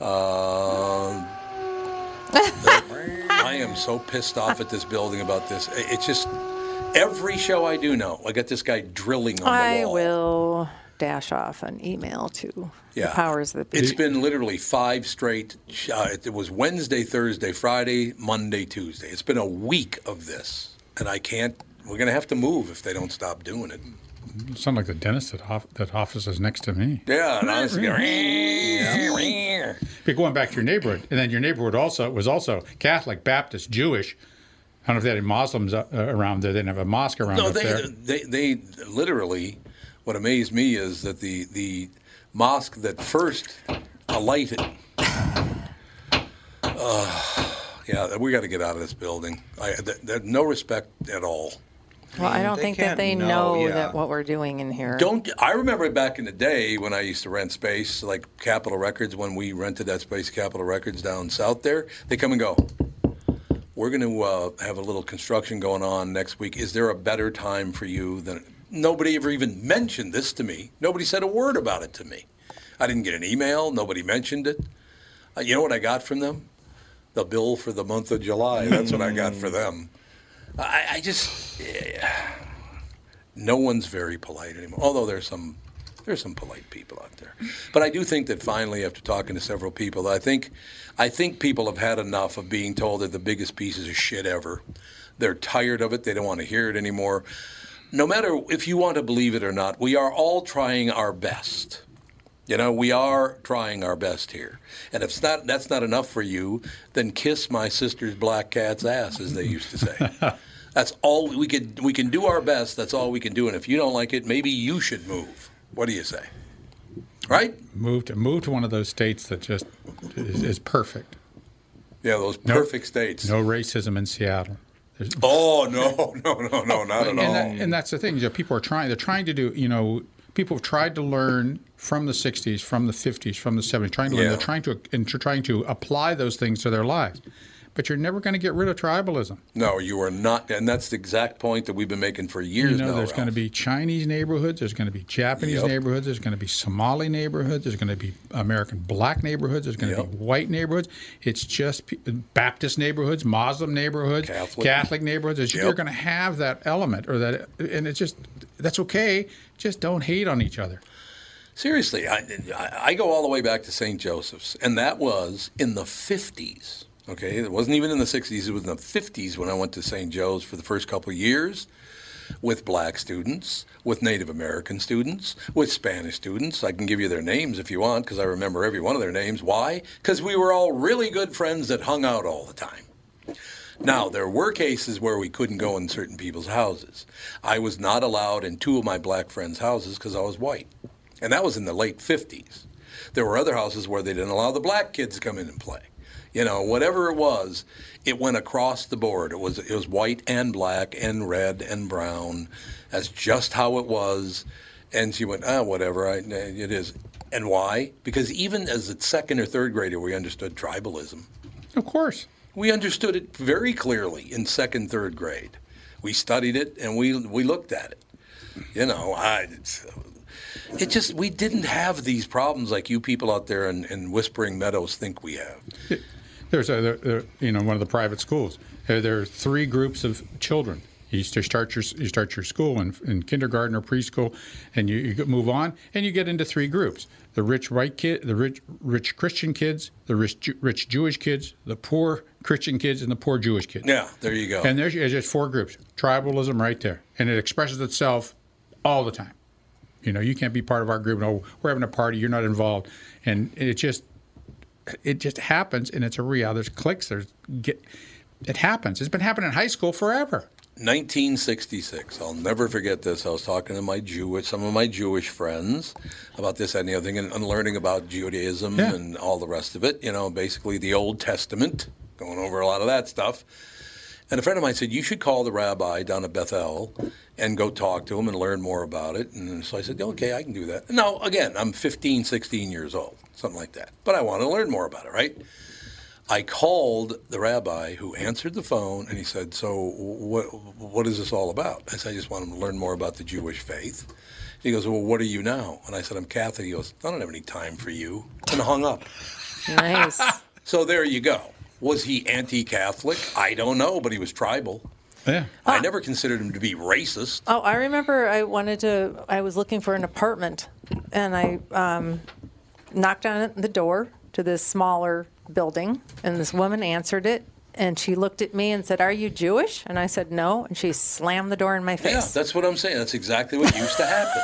Speaker 1: Uh, I am so pissed off at this building about this. I- It's just every show I do now, I got this guy drilling on the
Speaker 2: I
Speaker 1: wall.
Speaker 2: will dash off an email to
Speaker 1: Yeah.
Speaker 2: the powers that be.
Speaker 1: It's been literally five straight. Uh, it was Wednesday, Thursday, Friday, Monday, Tuesday. It's been a week of this, and I can't. We're going to have to move if they don't stop doing it.
Speaker 6: Sound like the dentist at off, that office is next to me.
Speaker 1: Yeah, and honestly,
Speaker 6: But going back to your neighborhood, and then your neighborhood also was also Catholic, Baptist, Jewish. I don't know if they had any Muslims uh, around there. They didn't have a mosque around
Speaker 1: no,
Speaker 6: up there.
Speaker 1: they, they they literally. What amazed me is that the the mosque that first alighted. Uh, yeah, we got to get out of this building. I, th- th- no respect at all.
Speaker 2: well, I
Speaker 1: mean,
Speaker 2: don't
Speaker 1: they
Speaker 2: think that
Speaker 1: can't
Speaker 2: they know,
Speaker 1: know, yeah.
Speaker 2: that what we're doing in here.
Speaker 1: Don't I remember back in the day when I used to rent space, like Capitol Records, when we rented that space, Capitol Records down south there, they come and go. We're going to uh, have a little construction going on next week. Is there a better time for you than? Nobody ever even mentioned this to me. Nobody said a word about it to me. I didn't get an email. Nobody mentioned it. Uh, you know what I got from them? The bill for the month of July. That's what I got for them. I, I just no one's very polite anymore. Although there's some there's some polite people out there, but I do think that finally, after talking to several people, I think I think people have had enough of being told they're the biggest pieces of shit ever. They're tired of it. They don't want to hear it anymore. No matter if you want to believe it or not, we are all trying our best. You know, we are trying our best here. And if it's not, that's not enough for you, then kiss my sister's black cat's ass, as they used to say. that's all we could. We can do our best. That's all we can do. And if you don't like it, maybe you should move. What do you say? Right?
Speaker 6: Moved to moved to one of those states that just is, is perfect.
Speaker 1: Yeah, those
Speaker 6: No-
Speaker 1: perfect states.
Speaker 6: No racism in Seattle. There's-
Speaker 1: Oh no, no, no, no, not at
Speaker 6: and,
Speaker 1: all.
Speaker 6: that- and that's the thing. You know, people are trying. They're trying to do. You know, people have tried to learn from the '60s, from the '50s, from the '70s. Trying to learn.
Speaker 1: Yeah.
Speaker 6: They're trying to and they're trying to apply those things to their lives. But you're never going to get rid of tribalism.
Speaker 1: No, you are not. And that's the exact point that we've been making for years
Speaker 6: You know,
Speaker 1: now.
Speaker 6: there's going to be Chinese neighborhoods. There's going to be Japanese
Speaker 1: Yep.
Speaker 6: neighborhoods. There's going to be Somali neighborhoods. There's going to be American Black neighborhoods. There's going to be white neighborhoods. It's just pe- Baptist neighborhoods, Muslim neighborhoods,
Speaker 1: Catholic.
Speaker 6: neighborhoods. It's-
Speaker 1: Yep.
Speaker 6: You're going to have that element, or that, and it's just that's okay. Just don't hate on each other.
Speaker 1: Seriously, I, I- I go all the way back to St. Joseph's, and that was in the 50s. Okay, it wasn't even in the 60s, it was in the 50s when I went to St. Joe's for the first couple of years with black students, with Native American students, with Spanish students. I can give you their names if you want because I remember every one of their names. Why? Because we were all really good friends that hung out all the time. Now, there were cases where we couldn't go in certain people's houses. I was not allowed in two of my black friends' houses because I was white. And that was in the late 50s. There were other houses where they didn't allow the black kids to come in and play. You know, whatever it was, it went across the board. It was it was white and black and red and brown. That's just how it was. And she went, ah, whatever, I, it is. And why? Because even as a second or third grader, we understood tribalism.
Speaker 6: Of course.
Speaker 1: We understood it very clearly in second, third grade. We studied it and we we looked at it. You know, I. It's, it just we didn't have these problems like you people out there in, in Whispering Meadows think we have.
Speaker 6: There's a, there, there, you know, one of the private schools. Uh, There are three groups of children. You s- you start your you start your school in, in kindergarten or preschool, and you, you move on, and you get into three groups: the rich white kid, the rich rich Christian kids, the rich Ju- rich Jewish kids, the poor Christian kids, and the poor Jewish kids.
Speaker 1: Yeah, there you go.
Speaker 6: And there's, there's just four groups. Tribalism right there, and it expresses itself all the time. You know, you can't be part of our group. No, we're having a party. You're not involved, and it just it just happens, and it's a reality. There's clicks. There's get. It happens. It's been happening in high school forever.
Speaker 1: 1966. I'll never forget this. I was talking to my Jewish, some of my Jewish friends about this that, and the other thing, and, and learning about Judaism
Speaker 6: Yeah.
Speaker 1: and all the rest of it. You know, basically the Old Testament, going over a lot of that stuff. And a friend of mine said, You should call the rabbi down at Bethel and go talk to him and learn more about it. And so I said, Okay, I can do that. Now, again, I'm 15, 16 years old, something like that. But I want to learn more about it, right? I called the rabbi who answered the phone and he said, So, what, what is this all about? I said, I just want him to learn more about the Jewish faith. He goes, Well, what are you now? And I said, I'm Catholic. He goes, I don't have any time for you. And hung up.
Speaker 2: nice.
Speaker 1: So there you go. Was he anti Catholic? I don't know, but he was tribal.
Speaker 6: Yeah.
Speaker 1: I never considered him to be racist.
Speaker 2: Ah. Oh, I remember I wanted to, I was looking for an apartment and I um, knocked on the door to this smaller building and this woman answered it and she looked at me and said, Are you Jewish? And I said, No. And she slammed the door in my
Speaker 1: Yeah,
Speaker 2: face.
Speaker 1: that's what I'm saying. That's exactly what used to happen.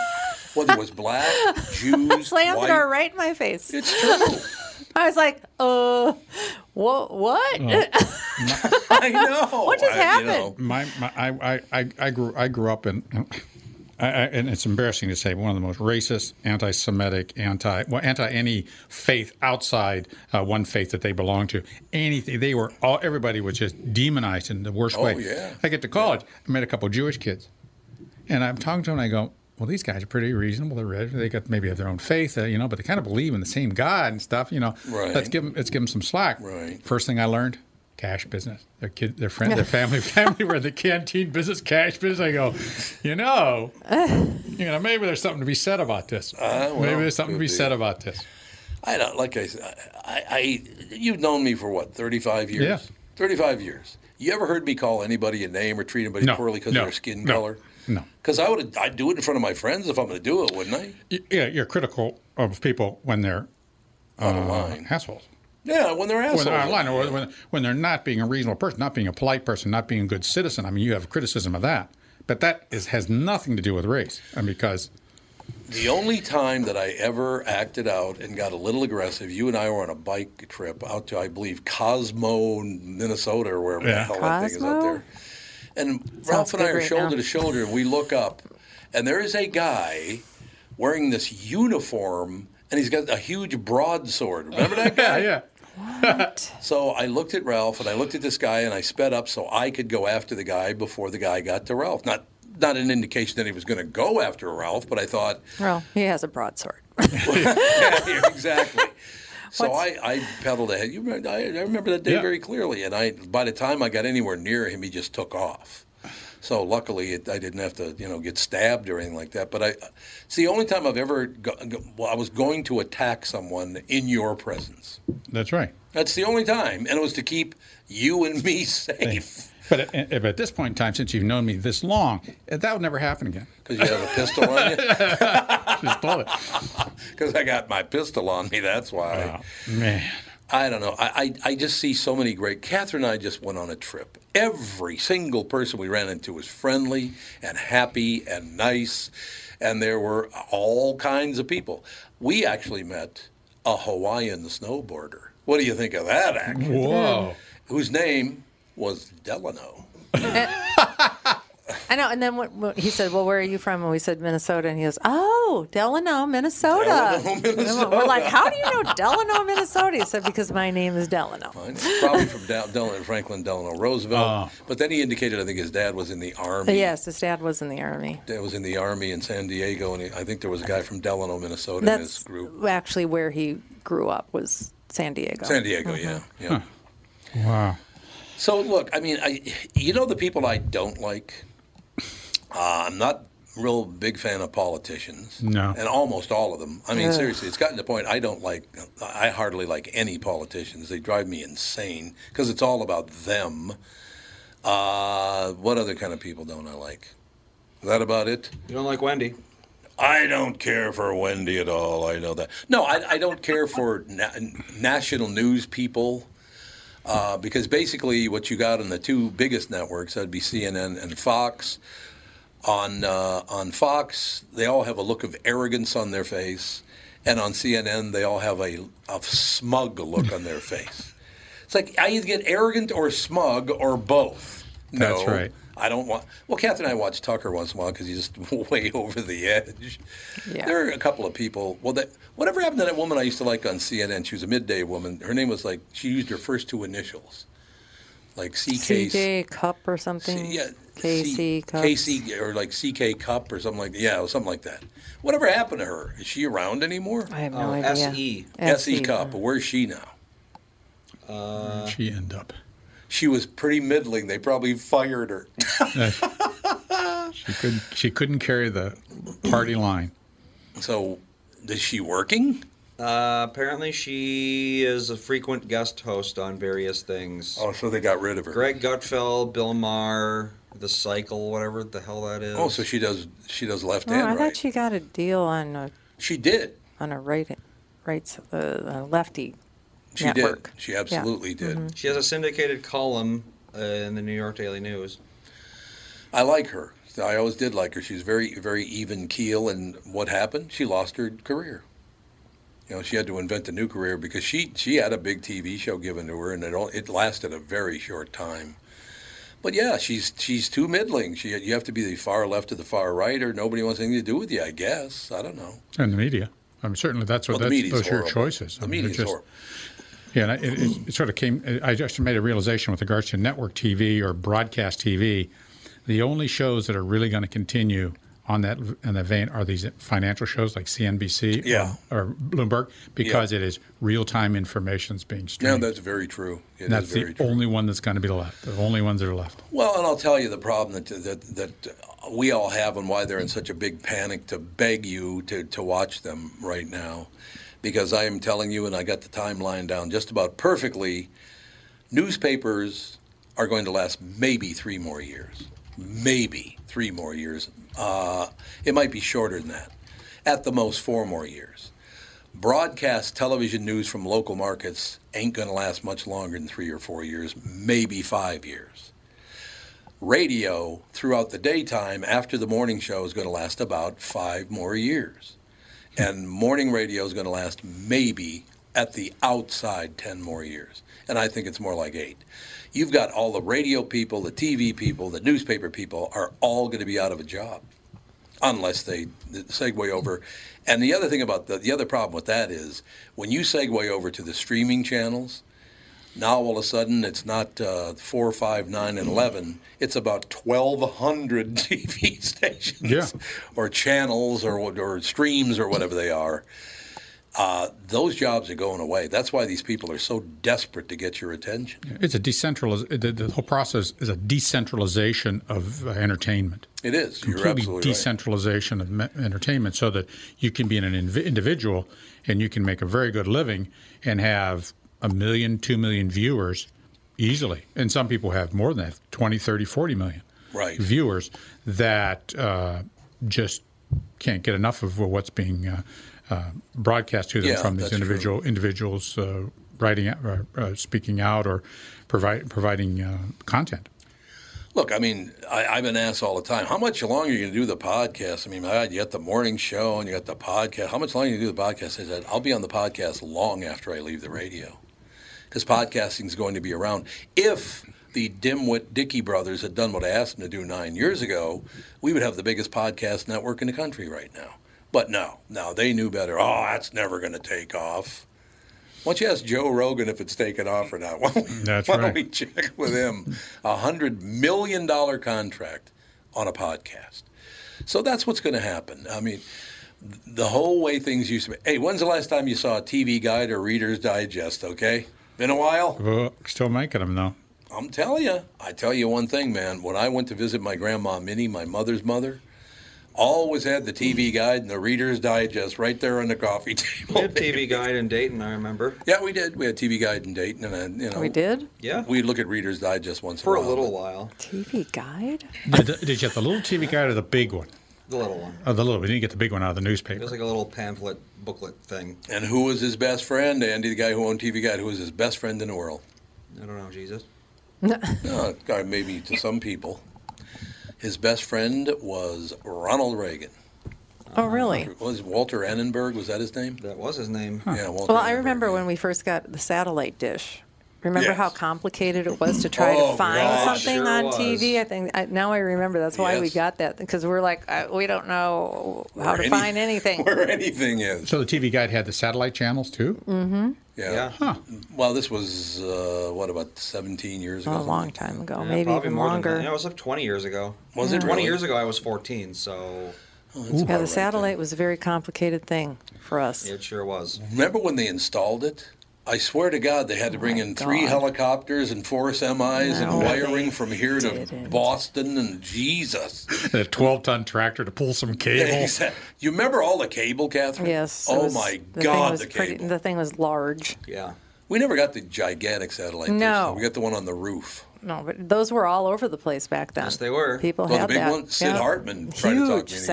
Speaker 1: Whether it was black, Jews,
Speaker 2: slammed the
Speaker 1: white.
Speaker 2: door right in my face.
Speaker 1: It's true.
Speaker 2: I was like, Uh, wha- what?
Speaker 1: Oh. I know.
Speaker 2: What just
Speaker 1: I-
Speaker 2: happened?
Speaker 1: You know,
Speaker 6: my, my I, I- I, I grew I grew up in, I, I, and it's embarrassing to say one of the most racist, anti-Semitic, anti well anti any faith outside uh, one faith that they belong to. Anything they were all everybody was just demonized in the worst
Speaker 1: Oh,
Speaker 6: way.
Speaker 1: yeah.
Speaker 6: I get to college, I met a couple of Jewish kids, and I'm talking to them. and I go. Well, these guys are pretty reasonable. They're red. They got maybe have their own faith, uh, you know, but they kind of believe in the same God and stuff, you know.
Speaker 1: Right.
Speaker 6: Let's give them. Let's give them some slack.
Speaker 1: Right.
Speaker 6: First thing I learned, cash business. Their kid, their friend, their family, family were in the canteen business, cash business. I go, you know, you know, maybe there's something to be said about this.
Speaker 1: Uh, well,
Speaker 6: maybe there's something to
Speaker 1: could
Speaker 6: be,
Speaker 1: be.
Speaker 6: said about this.
Speaker 1: I don't like I said. I, I you've known me for what thirty five years.
Speaker 6: Yeah.
Speaker 1: Thirty five years. You ever heard me call anybody a name or treat anybody
Speaker 6: No,
Speaker 1: poorly because
Speaker 6: no,
Speaker 1: of their skin
Speaker 6: no,
Speaker 1: color?
Speaker 6: no.
Speaker 1: Because I would I'd do it in front of my friends if I'm going to do it, wouldn't I?
Speaker 6: You, yeah, you're critical of people when they're
Speaker 1: On the
Speaker 6: uh,
Speaker 1: line.
Speaker 6: assholes.
Speaker 1: Yeah, when they're assholes.
Speaker 6: When they're online, or when, when they're not being a reasonable person, not being a polite person, not being a good citizen. I mean, you have criticism of that, but that is has nothing to do with race, and because
Speaker 1: The only time that I ever acted out and got a little aggressive, you and I were on a bike trip out to, I believe, Cosmo, Minnesota, or wherever the
Speaker 6: Yeah.
Speaker 1: hell that thing is out
Speaker 2: Cosmo?
Speaker 1: there. And Ralph and I
Speaker 2: good
Speaker 1: are
Speaker 2: right
Speaker 1: shoulder
Speaker 2: now.
Speaker 1: to shoulder, and we look up, and there is a guy wearing this uniform, and he's got a huge broadsword. Remember that guy?
Speaker 6: yeah, yeah.
Speaker 1: So I looked at Ralph and I looked at this guy and I sped up so I could go after the guy before the guy got to Ralph. Not not an indication that he was going to go after Ralph, but I thought,
Speaker 2: well, he has a broadsword.
Speaker 1: yeah, exactly. So I,
Speaker 2: What's-
Speaker 1: I pedaled ahead. You remember, I, I remember that day
Speaker 6: Yeah.
Speaker 1: very clearly. And I, by the time I got anywhere near him, he just took off. So luckily, it, I didn't have to, you know, get stabbed or anything like that. But I, it's the only time I've ever, go, go- well, I was going to attack someone in your presence.
Speaker 6: That's right.
Speaker 1: That's the only time, and it was to keep you and me safe
Speaker 6: But at, at- but at this point in time, since you've known me this long, that would never happen again.
Speaker 1: because you have a pistol on you.
Speaker 6: Just blow it.
Speaker 1: Because I got my pistol on me. That's why.
Speaker 6: Oh, man.
Speaker 1: I don't know. I, I, I just see so many great. Catherine and I just went on a trip. Every single person we ran into was friendly and happy and nice, and there were all kinds of people. We actually met a Hawaiian snowboarder. What do you think of that act?
Speaker 6: Whoa.
Speaker 1: Whose name was Delano.
Speaker 2: I know. And then what, what, he said, "Well, where are you from?" And we said Minnesota, and he goes, "Oh, Delano, Minnesota."
Speaker 1: Delano,
Speaker 2: And We're like, "How do you know Delano, Minnesota?" He said, "Because my name is Delano."
Speaker 1: I know, Probably from Del- Del- Franklin Delano Roosevelt. But then he indicated, I think his dad was in the
Speaker 2: But
Speaker 1: Army.
Speaker 2: yes, his dad was in the army.
Speaker 1: Dad was in the Army in San Diego, and he, I think there was a guy from Delano, Minnesota in his
Speaker 2: That's
Speaker 1: group.
Speaker 2: actually where he grew up was San Diego.
Speaker 1: San Diego, yeah, yeah.
Speaker 6: Wow.
Speaker 1: So look, I mean, I, you know the people I don't like. Uh, I'm not real big fan of politicians.
Speaker 6: No.
Speaker 1: and almost all of them. I mean, seriously, it's gotten to the point I don't like. I hardly like any politicians. They drive me insane because it's all about them. Uh, what other kind of people don't I like? Is that about it?
Speaker 3: You don't like Wendy.
Speaker 1: I don't care for Wendy at all. I know that. No, I, I don't care for na- national news people uh, because basically what you got on the two biggest networks, that'd be CNN and Fox. On uh, on Fox, they all have a look of arrogance on their face, and on CNN, they all have a, a smug look on their face. It's like I either get arrogant or smug or both. No,
Speaker 6: That's right.
Speaker 1: I don't want. Well, Kath and I watch Tucker once in a while because he's just way over the edge.
Speaker 2: Yeah.
Speaker 1: There are a couple of people. Well, that whatever happened to that woman I used to like on CNN? She was a midday woman. Her name was like she used her first two initials, like CK.
Speaker 2: CJ Cup or something.
Speaker 1: E C- yeah,
Speaker 2: KC
Speaker 1: C-
Speaker 2: Cup.
Speaker 1: KC or like CK Cup or something like that. Yeah, something like that. Whatever happened to her? Is she around anymore?
Speaker 2: I E have no
Speaker 3: Oh,
Speaker 2: idea.
Speaker 1: E.
Speaker 3: SE.
Speaker 1: SE Cup. But where's she now?
Speaker 6: Where'd Uh, she end up?
Speaker 1: She was pretty middling. They probably fired her.
Speaker 6: Uh, She couldn't, she couldn't carry the party line.
Speaker 1: So, is she working?
Speaker 3: Uh, apparently, she is a frequent guest host on various things.
Speaker 1: Oh, so they got rid of her.
Speaker 3: Greg Gutfeld, Bill Maher, The Cycle, whatever the hell that is.
Speaker 1: Oh, so she does she does left
Speaker 2: Oh,
Speaker 1: and
Speaker 2: I
Speaker 1: right.
Speaker 2: thought she got a deal on a
Speaker 1: She did.
Speaker 2: on a right, right, uh, a lefty
Speaker 1: She
Speaker 2: network. Mm-hmm.
Speaker 1: did. She absolutely did.
Speaker 3: She has a syndicated column uh, in the New York Daily News.
Speaker 1: I like her. I always did like her. She's very, very even keel. And what happened? She lost her career. You know, she had to invent a new career because she she had a big TV show given to her, and it all, it lasted a very short time. But yeah, she's she's too middling. She you have to be the far left or the far right, or nobody wants anything to do with you. I guess I don't know.
Speaker 6: And the media. I mean, certainly that's what
Speaker 1: Well, the
Speaker 6: that's,
Speaker 1: media's
Speaker 6: those are your
Speaker 1: horrible.
Speaker 6: choices. I
Speaker 1: The
Speaker 6: mean, it
Speaker 1: media's
Speaker 6: just-
Speaker 1: horrible.
Speaker 6: Yeah, and I- it, it, it sort of came. I just made a realization with regards to network TV or broadcast TV. The only shows that are really going to continue on that in that vein are these financial shows like CNBC
Speaker 1: Yeah.
Speaker 6: or, or Bloomberg because it is real time information that's being
Speaker 1: No,
Speaker 6: streamed.
Speaker 1: that's very true. It is
Speaker 6: And that's
Speaker 1: very
Speaker 6: the only one that's going to be left. The only ones that are left.
Speaker 1: Well, and I'll tell you the problem that that that we all have and why they're in such a big panic to beg you to to watch them right now, because I am telling you, and I got the timeline down just about perfectly. Newspapers are going to last maybe three more years, maybe three more years. Uh, it might be shorter than that, at the most four more years. Broadcast television news from local markets ain't going to last much longer than three or four years, maybe five years radio throughout the daytime after the morning show is going to last about five more years. And morning radio is going to last maybe at the outside 10 more years. And I think it's more like eight. You've got all the radio people, the TV people, the newspaper people are all going to be out of a job unless they segue over. And the other thing about the, the other problem with that is when you segue over to the streaming channels, now all of a sudden it's not uh, four, five, nine, and eleven. It's about twelve hundred TV stations
Speaker 6: Yeah.
Speaker 1: or channels or what- or streams or whatever they are. Uh, those jobs are going away. That's why these people are so desperate to get your attention.
Speaker 6: It's a decentralized. The, the whole process is a decentralization of uh, entertainment.
Speaker 1: It is. You're
Speaker 6: completely
Speaker 1: absolutely right.
Speaker 6: decentralization of me- entertainment so that you can be an inv- individual and you can make a very good living and have a million, two million viewers easily. And some people have more than that 20, 30, 40 million
Speaker 1: Right.
Speaker 6: viewers that uh, just can't get enough of what's being uh, uh, broadcast to them
Speaker 1: Yeah,
Speaker 6: from these
Speaker 1: that's true.
Speaker 6: individual individuals uh, writing out, or, uh, speaking out or provide, providing uh, content.
Speaker 1: Look, I mean, I, I've been asked all the time, how much longer are you going to do the podcast? I mean, my God, you got the morning show and you got the podcast. How much longer you do the podcast? I said, I'll be on the podcast long after I leave the radio because podcasting is going to be around. If the dimwit Dickey brothers had done what I asked them to do nine years ago, we would have the biggest podcast network in the country right now. But no, no, they knew better. Oh, that's never going to take off. Why don't you ask Joe Rogan if it's taken off or not? Why don't we,
Speaker 6: That's
Speaker 1: why don't
Speaker 6: right.
Speaker 1: we check with him? A hundred million dollar contract on a podcast. So that's what's going to happen. I mean, the whole way things used to be. Hey, when's the last time you saw a TV guide or Reader's Digest? Okay, been a while.
Speaker 6: Well, still making them though.
Speaker 1: I'm telling you. I tell you one thing, man. When I went to visit my grandma Minnie, my mother's mother, always had the TV guide and the Reader's Digest right there on the coffee
Speaker 3: We
Speaker 6: Oh,
Speaker 1: table.
Speaker 3: had TV Guide in Dayton, I remember.
Speaker 1: Yeah, we did. We had TV guide and Dayton, and uh, you know
Speaker 2: We did
Speaker 3: Yeah,
Speaker 1: We'd look at Reader's Digest once
Speaker 3: for
Speaker 1: in
Speaker 3: a
Speaker 1: a while.
Speaker 3: little while.
Speaker 2: TV guide.
Speaker 6: Did, did you get the little TV guide or the big one?
Speaker 3: The little one.
Speaker 6: Oh, the little. We didn't get the big one out of the
Speaker 3: It
Speaker 6: newspaper.
Speaker 3: was like a little pamphlet booklet thing.
Speaker 1: And who was his best friend? Andy, the guy who owned TV Guide, who was his best friend in the world?
Speaker 3: I don't know, Jesus.
Speaker 1: Uh, guy, maybe to some people, his best friend was Ronald Reagan.
Speaker 2: Oh, really?
Speaker 1: Was Walter Annenberg? Was that his name?
Speaker 3: That was his name.
Speaker 1: Yeah. Walter
Speaker 2: Well, I
Speaker 1: Annenberg,
Speaker 2: remember
Speaker 1: yeah.
Speaker 2: when we first got the satellite dish. Remember
Speaker 1: Yes.
Speaker 2: how complicated it was to try
Speaker 1: Oh,
Speaker 2: to find
Speaker 1: God,
Speaker 2: something
Speaker 3: sure
Speaker 2: on
Speaker 3: was.
Speaker 2: TV? I think I, now I remember. That's why we
Speaker 1: Yes.
Speaker 2: got that because we're like I, we don't know how
Speaker 1: Where
Speaker 2: to
Speaker 1: any-
Speaker 2: find anything.
Speaker 1: Where anything is.
Speaker 6: so the TV guide had the satellite channels too.
Speaker 3: Mm.
Speaker 1: Yeah.
Speaker 3: Yeah,
Speaker 1: Well, this was uh, what about 17 years ago?
Speaker 2: a long time ago,
Speaker 3: Yeah,
Speaker 2: maybe
Speaker 3: probably
Speaker 2: even
Speaker 3: more Than
Speaker 2: longer.
Speaker 3: that. Yeah, it was like 20 years ago.
Speaker 1: Was it
Speaker 3: 20
Speaker 1: really?
Speaker 3: years ago? I was 14, so
Speaker 2: Yeah,
Speaker 1: All
Speaker 2: the
Speaker 1: right,
Speaker 2: satellite was a very complicated thing for us.
Speaker 3: it sure was.
Speaker 1: Mm-hmm. Remember when they installed it? I swear to God, they had to bring in three helicopters and four SMIs
Speaker 2: Oh No,
Speaker 1: and wiring from here to
Speaker 2: didn't.
Speaker 1: Boston and Jesus.
Speaker 6: a 12 ton tractor to pull some cable.
Speaker 1: Exact- you remember all the cable, Catherine?
Speaker 2: Yes. it
Speaker 1: Oh
Speaker 2: was-
Speaker 1: my
Speaker 2: the thing
Speaker 1: God,
Speaker 2: was
Speaker 1: the
Speaker 2: pretty-
Speaker 1: cable.
Speaker 2: the thing was large.
Speaker 3: Yeah.
Speaker 1: We never got the gigantic satellite. dish,
Speaker 2: No.
Speaker 1: though. We got the one on the roof.
Speaker 2: No, but those were all over the place back then.
Speaker 3: Yes, they were.
Speaker 2: People
Speaker 1: Those
Speaker 2: had
Speaker 1: Oh, big
Speaker 2: that.
Speaker 1: ones? Sid
Speaker 2: Yeah.
Speaker 1: Hartman tried to
Speaker 2: Huge
Speaker 1: talk me into getting one.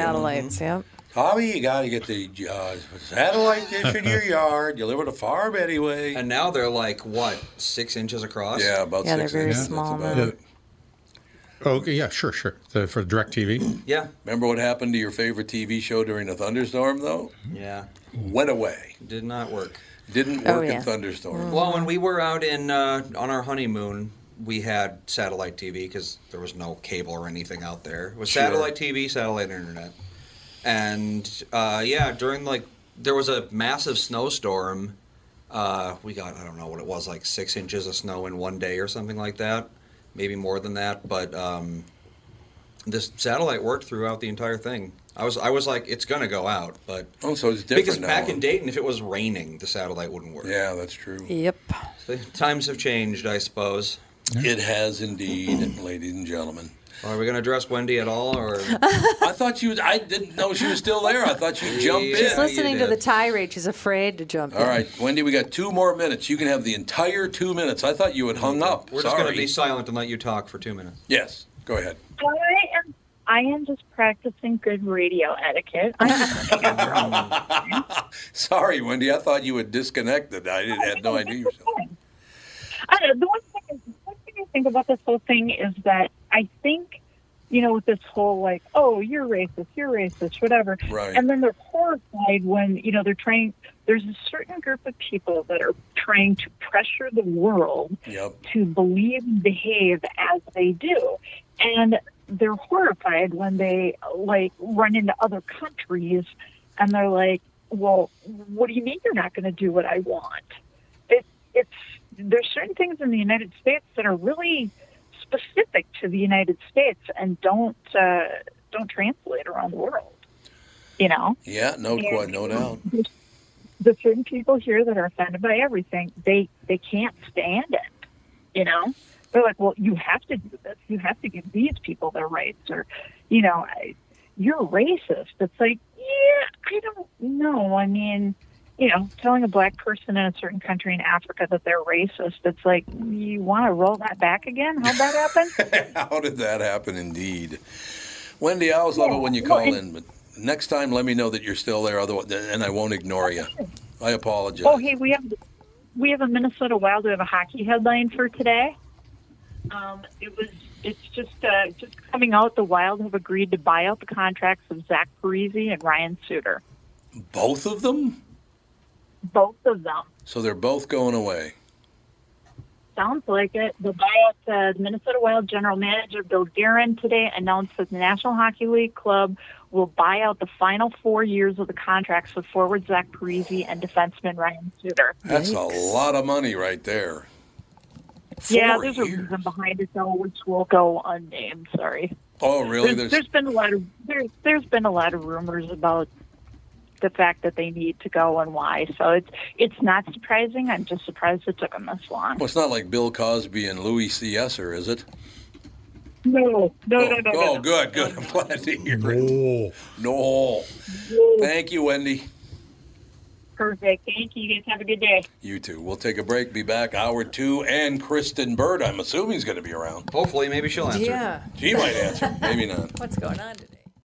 Speaker 2: satellites. Yep.
Speaker 1: Tommy, you got to get the uh, satellite dish in your yard. You live on a farm anyway.
Speaker 3: And now they're like what six inches across?
Speaker 1: yeah, about
Speaker 2: Yeah, they're
Speaker 1: six
Speaker 2: very
Speaker 1: inches.
Speaker 2: small
Speaker 1: That's about
Speaker 2: now.
Speaker 1: it.
Speaker 6: Okay, Oh, yeah, sure, sure. The, for direct TV.
Speaker 3: Yeah.
Speaker 1: Remember what happened to your favorite TV show during a thunderstorm, though?
Speaker 3: Yeah.
Speaker 1: Went away.
Speaker 3: Did not work.
Speaker 1: Didn't work
Speaker 2: Oh, yeah.
Speaker 1: in thunderstorms.
Speaker 3: Well, when we were out in uh, on our honeymoon, we had satellite TV because there was no cable or anything out there. It was satellite TV, satellite internet, and uh, yeah, during like there was a massive snowstorm. Uh, we got I don't know what it was like six inches of snow in one day or something like that, maybe more than that. But um, this satellite worked throughout the entire thing. I was I was like it's gonna go out, but
Speaker 1: Oh, so it's different
Speaker 3: because
Speaker 1: now.
Speaker 3: back in Dayton, if it was raining, the satellite wouldn't work.
Speaker 1: Yeah, that's true.
Speaker 2: Yep.
Speaker 3: The times have changed, I suppose.
Speaker 1: It has indeed, ladies and gentlemen.
Speaker 3: Are we going to address Wendy at all, or
Speaker 1: I thought she was. I didn't know she was still there. I thought she'd jump
Speaker 3: Yeah.
Speaker 1: in.
Speaker 2: She's
Speaker 3: you
Speaker 2: listening to the
Speaker 3: did.
Speaker 2: tirade. She's afraid to jump
Speaker 1: All
Speaker 2: in.
Speaker 1: right, Wendy, we got two more minutes. You can have the entire two minutes. I thought you had hung up.
Speaker 3: we're just
Speaker 1: Sorry.
Speaker 3: going to be silent and let you talk for two minutes?
Speaker 1: Yes, go ahead.
Speaker 5: I am. I am just practicing good radio etiquette.
Speaker 1: Sorry, Wendy. I thought you had disconnected. I didn't, had no idea you were still.
Speaker 5: I don't know, the one thing, the one thing I think about this whole thing is that I think, you know, with this whole like, oh, you're racist, you're racist, whatever,
Speaker 1: Right.
Speaker 5: and then they're horrified when you know they're trying. There's a certain group of people that are trying to pressure the world
Speaker 1: Yep.
Speaker 5: to believe and behave as they do. And they're horrified when they like run into other countries and they're like, well, what do you mean you're not going to do what I want? It, it's there's certain things in the United States that are really specific to the United States and don't uh, don't translate around the world. You know,
Speaker 1: Yeah, no, quite, no doubt.
Speaker 5: the certain people here that are offended by everything, they they can't stand it. You know, they're like, well, you have to do this. You have to give these people their rights, or, you know, I, you're racist. It's like, yeah, I don't know. I mean, you know, telling a black person in a certain country in Africa that they're racist, it's like, you want to roll that back again? How'd that happen?
Speaker 1: How did that happen, indeed? Wendy, I always love it when you call in, but next time let me know that you're still there, otherwise, and I won't ignore you. I apologize.
Speaker 5: Oh, hey, we have we have a Minnesota Wild. We have a hockey headline for today. Um, it was it's just uh, just coming out. The Wild have agreed to buy out the contracts of Zach Parise and Ryan Suter,
Speaker 1: Both of them?
Speaker 5: both of them.
Speaker 1: So they're both going away.
Speaker 5: Sounds like it. The buyout, uh, the Minnesota Wild general manager Bill Guerin today announced that the National Hockey League club will buy out the final four years of the contracts with forward Zach Parise and defenseman Ryan Suter.
Speaker 1: That's a lot of money right there.
Speaker 5: yeah,
Speaker 1: Four
Speaker 5: there's a
Speaker 1: years.
Speaker 5: reason behind it though, which will go unnamed. Sorry.
Speaker 1: Oh, really?
Speaker 5: there's,
Speaker 1: There's,
Speaker 5: there's been a lot of there's there's been a lot of rumors about the fact that they need to go and why. So it's it's not surprising. I'm just surprised it took them this long.
Speaker 1: well, it's not like Bill Cosby and Louis C. Esser, is it?
Speaker 5: No, no,
Speaker 1: oh,
Speaker 5: no, no.
Speaker 1: oh,
Speaker 5: no.
Speaker 1: good, good. I'm glad to hear it.
Speaker 6: Oh,
Speaker 1: No. Thank you, Wendy.
Speaker 5: Perfect. Thank you. You guys have a good day.
Speaker 1: You too. We'll take a break, be back hour two, and Kristen Bird, I'm assuming, is going to be around.
Speaker 3: Hopefully, maybe she'll answer.
Speaker 2: Yeah.
Speaker 1: She might answer, maybe not.
Speaker 2: What's going on today?